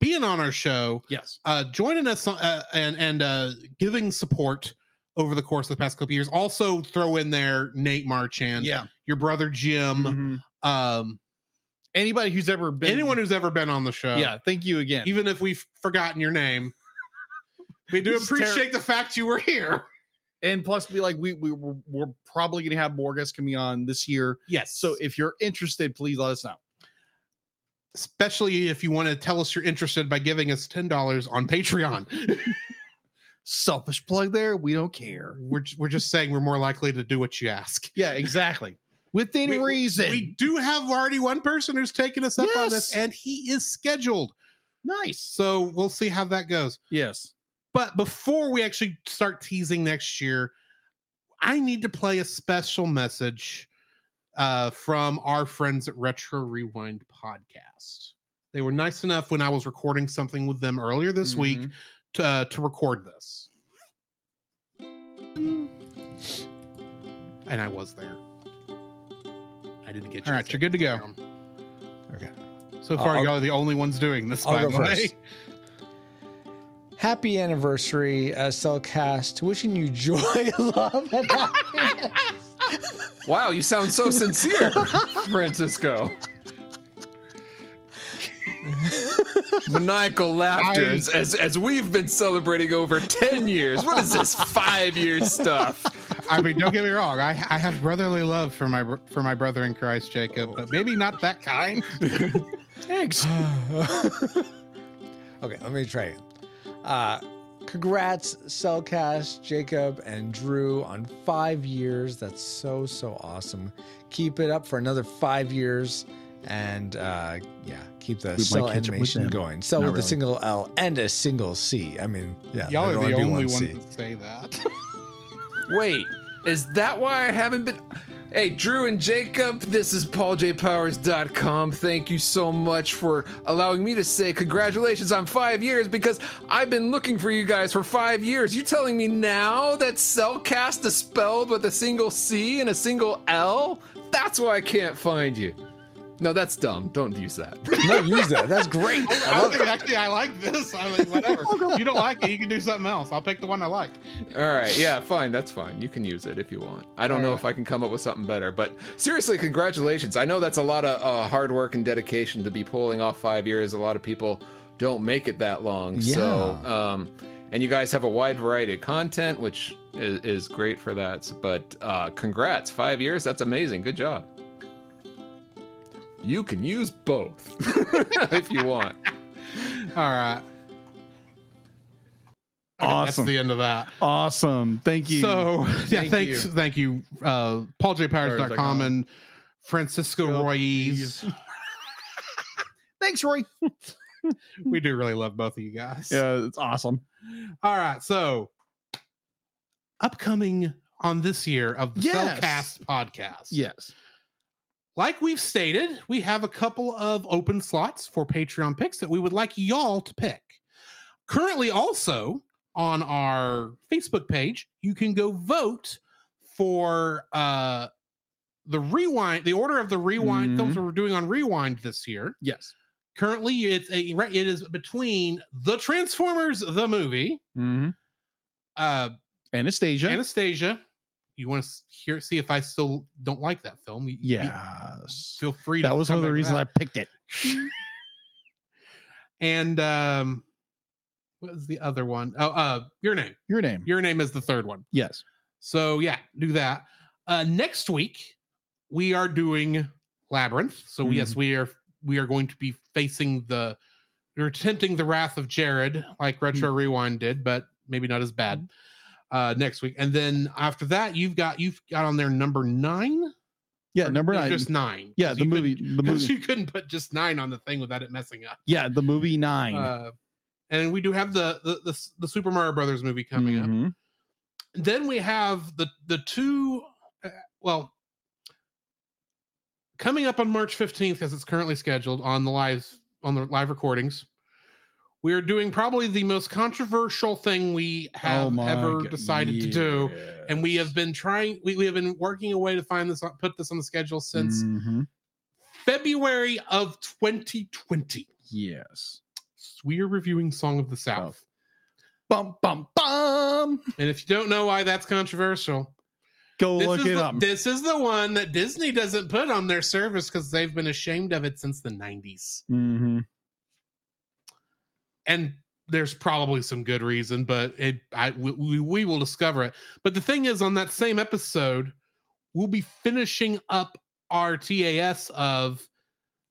being on our show
yes
uh joining us on- uh, and and uh giving support over the course of the past couple years also throw in there nate marchand
yeah
your brother jim
Mhm.
um
anybody who's ever been
anyone who's ever been on the show
yeah thank you again
even if we've forgotten your name. We do
It's
appreciate the fact you were here.
and plus be like we, we we're, we're probably gonna have more guests coming on this year
Yes.
so
So
if you're interested please let us know
especially if you want to tell us you're interested by giving us ten dollars on Patreon,
selfish plug there. We don't care.
we're ju- we're just saying we're more likely to do what you ask.
Yeah, exactly. Within
We- we-
reason.
We do have already one person who's taken us up on this,
Yes.
and he is scheduled.
nice.
So we'll see how that goes.
Yes.
But before we actually start teasing next year, I need to play a special message uh, from our friends at Retro Rewind Podcast. They were nice enough when I was recording something with them earlier this
Mm-hmm.
week to, uh, to record this. And I was there. I didn't get you.
All right, you're good to go. Okay.
So far,
I'll-
y'all are the only ones doing this,
I'll
by
go
the way.
first. Happy anniversary, uh, Cellcast. Wishing you joy, love, and happiness.
Wow, you sound so sincere, Francisco. Maniacal laughter
I-
as, as as we've been celebrating over ten years. What is this five year stuff?
I mean, don't get me wrong. I, I have brotherly love for my br- for my brother in Christ, Jacob, but maybe not that kind.
Thanks.
okay, let me try again. Uh, congrats, Cellcast, Jacob, and Drew on five years. That's so, so awesome. Keep it up for another five years. And uh, yeah, keep the
We might
cell
catch up with
animation
them.
going. Cell
Not
with a
really.
single L and a single C. I mean, yeah,
Y'all
there'd
are the
be
only
one
ones
C.
that say that.
Wait, is that why I haven't been? Hey, Drew and Jacob, this is PaulJPowers.com. Thank you so much for allowing me to say congratulations on five years because I've been looking for you guys for five years. You telling me now that Cellcast is spelled with a single C and a single L? That's why I can't find you. No, that's dumb. Don't use that.
No, use that. That's great.
I don't think- actually, I like this. I mean, whatever. you don't like it, you can do something else. I'll pick the one I like.
All right, yeah, fine, that's fine. You can use it if you want. I don't know if I can come up with something better, but seriously, congratulations. I know that's a lot of uh, hard work and dedication to be pulling off five years. A lot of people don't make it that long. So, um, and you guys have a wide variety of content, which is, is great for that. But uh, congrats, five years, that's amazing. Good job. You can use both if you want.
All right.
Awesome.
That's the end of that.
awesome. Thank you.
So, yeah,
Thank
thanks.
you.
Thank you, uh, PaulJPowers.com and Francisco Royes.
thanks, Roy.
We do really love both of you guys.
Yeah, it's awesome.
All right. So, upcoming on this year of the
Yes.
Cellcast podcast.
Yes.
Like we've stated, we have a couple of open slots for Patreon picks that we would like y'all to pick. Currently, also on our Facebook page, you can go vote for uh, the rewind, the order of the rewind
Mm-hmm.
films we're doing on rewind this year.
Yes.
Currently, it's a, it is between the Transformers the movie,
Mm-hmm.
Uh,
Anastasia.
Anastasia, you want to hear? See if I still don't like that film? You- you
yes.
feel free.
That
to
was
come
one of the
back to
reasons I
that.
picked it.
And um, what was the other one? Oh, uh, your name.
Your name.
Your name is the third one.
yes.
So yeah, do that. Uh, next week we are doing Labyrinth. So
Mm-hmm.
yes, we are we are going to be facing the we're attempting the wrath of Jared, like
Mm-hmm.
Retro Rewind did, but maybe not as bad. Uh, next week, and then after that, you've got you've got on there number nine.
Yeah,
Or
number
no,
nine.
just nine.
yeah,
'Cause
the
you
movie. The
couldn't- 'cause
movie.
You couldn't put just nine on the thing without it messing up.
Yeah, the movie nine.
Uh, and we do have the the, the the Super Mario Brothers movie coming up
Mhm.
then we have the the two uh, well coming up on march 15th because it's currently scheduled on the live on the live recordings we are doing probably the most controversial thing we
Oh
have
my
ever
go-
decided to do and we
Yes.
have been trying we, we have been working a way to find this on- put this on the schedule since
Mhm.
february of 2020
Yes.
we are reviewing song of the south
Bum bum bum.
and if you don't know why that's controversial
Go
This
look
is
it
the,
up.
This is the one that Disney doesn't put on their service because they've been ashamed of it since the 90s.
hmm
And there's probably some good reason, but it I we, we- we will discover it. But the thing is, on that same episode, we'll be finishing up our TAS of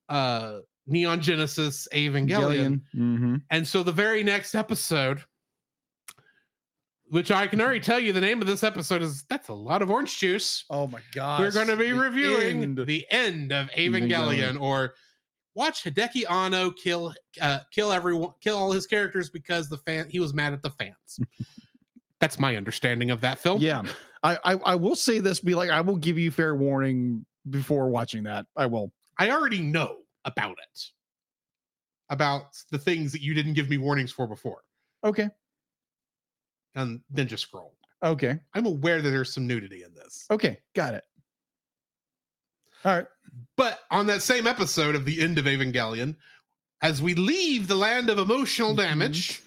uh Neon Genesis Evangelion.
hmm
And so the very next episode, which I can already tell you the name of this episode is that's a lot of orange juice.
Oh my god.
We're going to be
the
reviewing
end.
the end of Evangelion, or watch Hideki Ano kill uh, kill everyone, kill all his characters because the fan he was mad at the fans. That's my understanding of that film.
Yeah. I, I I will say this. Be like I will give you fair warning before watching that. I will.
I already know about it, about the things that you didn't give me warnings for before,
Okay.
and then just scroll.
Okay.
I'm aware that there's some nudity in this,
Okay. Got it. All right.
but on that same episode of the end of Evangelion, as we leave the land of emotional
Mhm.
damage.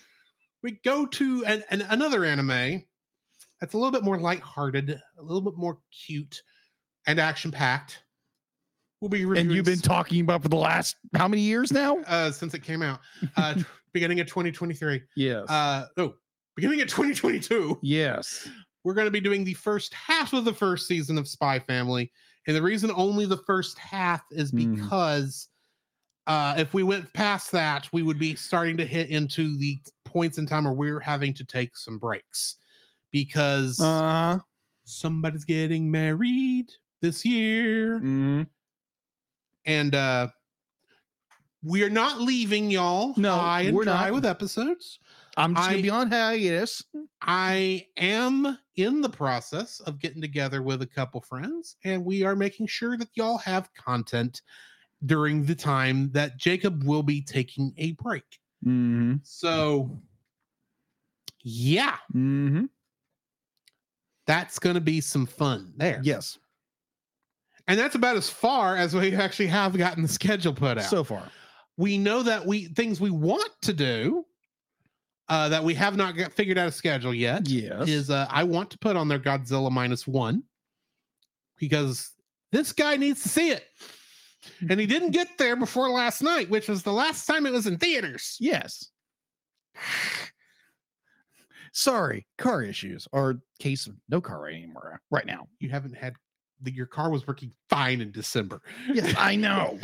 we go to an, an another anime that's a little bit more lighthearted, a little bit more cute, and action packed. We'll be reviewing
And you've been talking about for the last how many years now?
uh, since it came out, uh, beginning of 2023.
Yes.
Uh, oh, beginning of 2022.
yes.
We're going to be doing the first half of the first season of Spy Family, and the reason only the first half is
Mhm.
because uh, if we went past that, we would be starting to hit into the points in time where we're having to take some breaks because
Uh.
somebody's getting married this year
mhm.
and uh we are not leaving y'all
No,
high and
we're
dry
not.
with episodes
I'm just
I-
gonna be on hiatus.
i am in the process of getting together with a couple friends and we are making sure that y'all have content during the time that jacob will be taking a break
Mm-hmm.
so yeah
Mm-hmm.
that's gonna be some fun there
Yes.
and that's about as far as we actually have gotten the schedule put out
So far.
we know that we things we want to do uh that we have not got figured out a schedule yet
Yes.
is uh i want to put on there godzilla minus one because this guy needs to see it and he didn't get there before last night which was the last time it was in theaters
Yes. Sorry, car issues or case of no car anymore right now.
you haven't had the, your car was working fine in december
Yes, I know.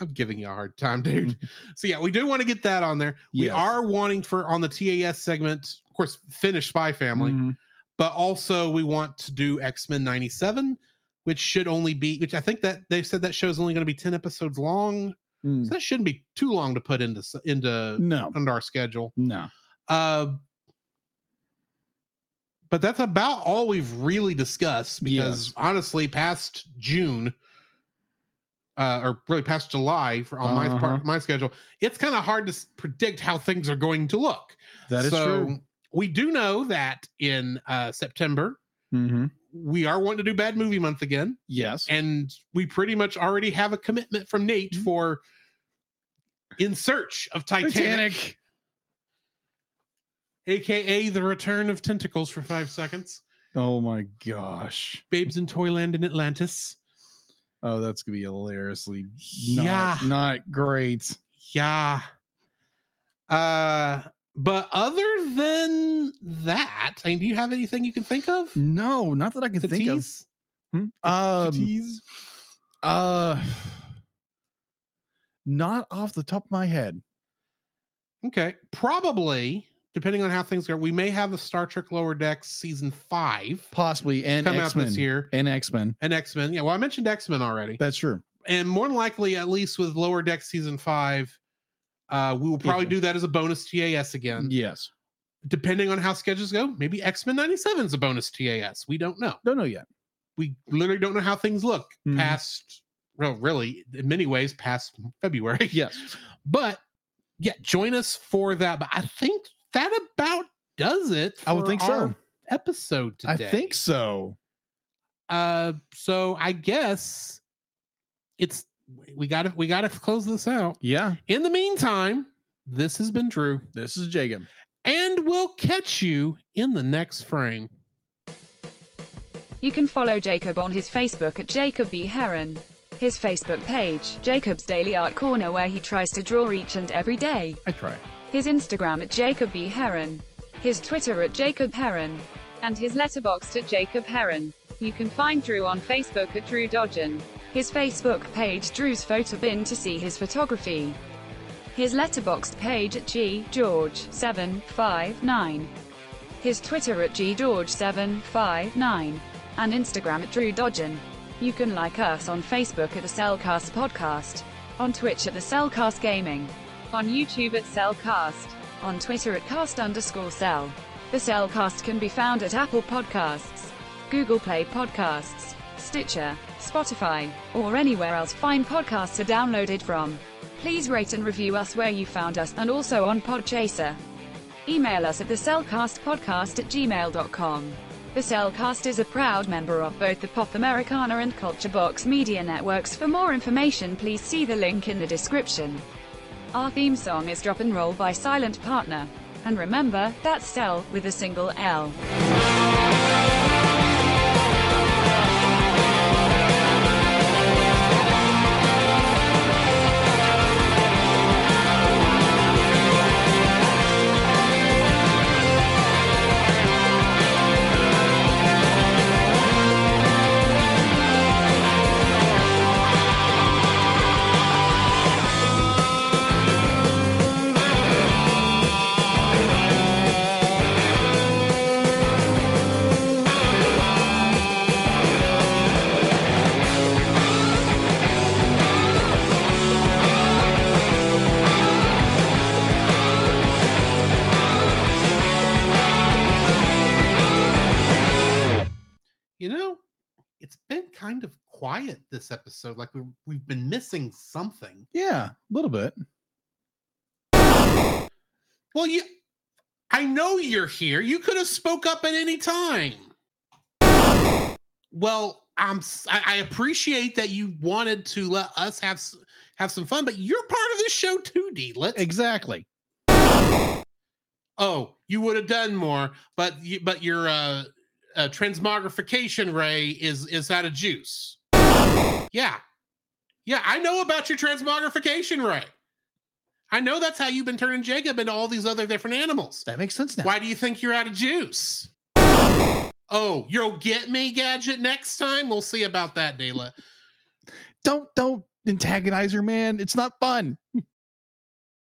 i'm giving you a hard time dude so yeah we do want to get that on there we
Mm-hmm. Yes.
are wanting for on the tas segment of course finish spy family
Mhm.
but also we want to do X-Men 97 which should only be which I think that they said that show's only going to be 10 episodes long so
Mm.
that shouldn't be too long to put into s- into
No,
under our schedule
no.
uh but that's about all we've really discussed because
Yes.
honestly past June uh, or really past July for on my
Uh-huh.
part my schedule it's kind of hard to s- predict how things are going to look
That is true.
we do know that in uh September
Mhm.
we are wanting to do bad movie month again
Yes.
and we pretty much already have a commitment from nate
Mm-hmm.
for in search of titanic,
Titanic.
aka the return of tentacles for five seconds.
Oh my gosh.
Babes in Toyland in Atlantis.
Oh, that's gonna be hilariously not,
Yeah.
not great.
Yeah. Uh, but other than that, I mean, do you have anything you can think of?
No, not that I can
to
think of.
tease?
Um,
to tease?
uh, not off the top of my head.
Okay. Probably, depending on how things go, we may have the Star Trek Lower Decks season five
Possibly and
come
X
out this
Men.
year.
And X Men.
And X Men. Yeah. Well, I mentioned X Men already.
That's true.
And more than likely, at least with Lower Decks season five, uh, we will probably
Mhm.
do that as a bonus TAS again.
Yes.
Depending on how schedules go, maybe X Men 97 is a bonus TAS. We don't know.
Don't know yet.
we literally don't know how things look
Mhm.
past well really in many ways past february
Yes.
but yeah join us for that but i think that about does it
I would
for
think so.
our episode today
I think so.
uh so i guess it's we gotta we gotta close this out
Yeah.
in the meantime this has been drew
This is Jacob.
and we'll catch you in the next frame
You can follow Jacob on his Facebook at Jacob B. Heron. His Facebook page, Jacob's Daily Art Corner, where he tries to draw each and every day.
I try.
His Instagram at Jacob B. Heron.
His Twitter at Jacob Heron. And his letterbox at Jacob Heron. You can find Drew on Facebook at Drew Dodgen.
His Facebook page, Drew's Photo Bin, to see his photography. His letterboxed page at G. George759. His Twitter at G. George759. And Instagram at Drew Dodgen. You can like us on Facebook at The Cellcast Podcast. On Twitch at The Cellcast Gaming.
On YouTube at Cellcast.
on Twitter at cast underscore cell. The Cellcast can be found at Apple Podcasts, Google Play Podcasts, Stitcher, Spotify, or anywhere else fine podcasts are downloaded from. Please rate and review us where you found us, and also on Podchaser. Email us at thecellcastpodcast at gmail.com. The Cellcast is a proud member of both the Pop Americana and Culture Box media networks. For more information, please see the link in the description. Our theme song is Drop and Roll by Silent Partner. And remember, that's Cell, with a single L.
you know, it's been kind of quiet this episode. Like we we've been missing something.
Yeah, a little bit.
Well, you, I know you're here. You could have spoke up at any time. Well, I'm. s- I, I appreciate that you wanted to let us have s- have some fun, but you're part of this show too, D. Let's.
Exactly.
Oh, you would have done more, but you, but your uh, uh, transmogrification ray is is out of juice. Yeah, yeah, I know about your transmogrification ray. I know that's how you've been turning Jacob into all these other different animals.
That makes sense now.
Why do you think you're out of juice? Oh, you'll get me, gadget. Next time we'll see about that, Dayla.
Don't don't antagonize her, man. It's not fun.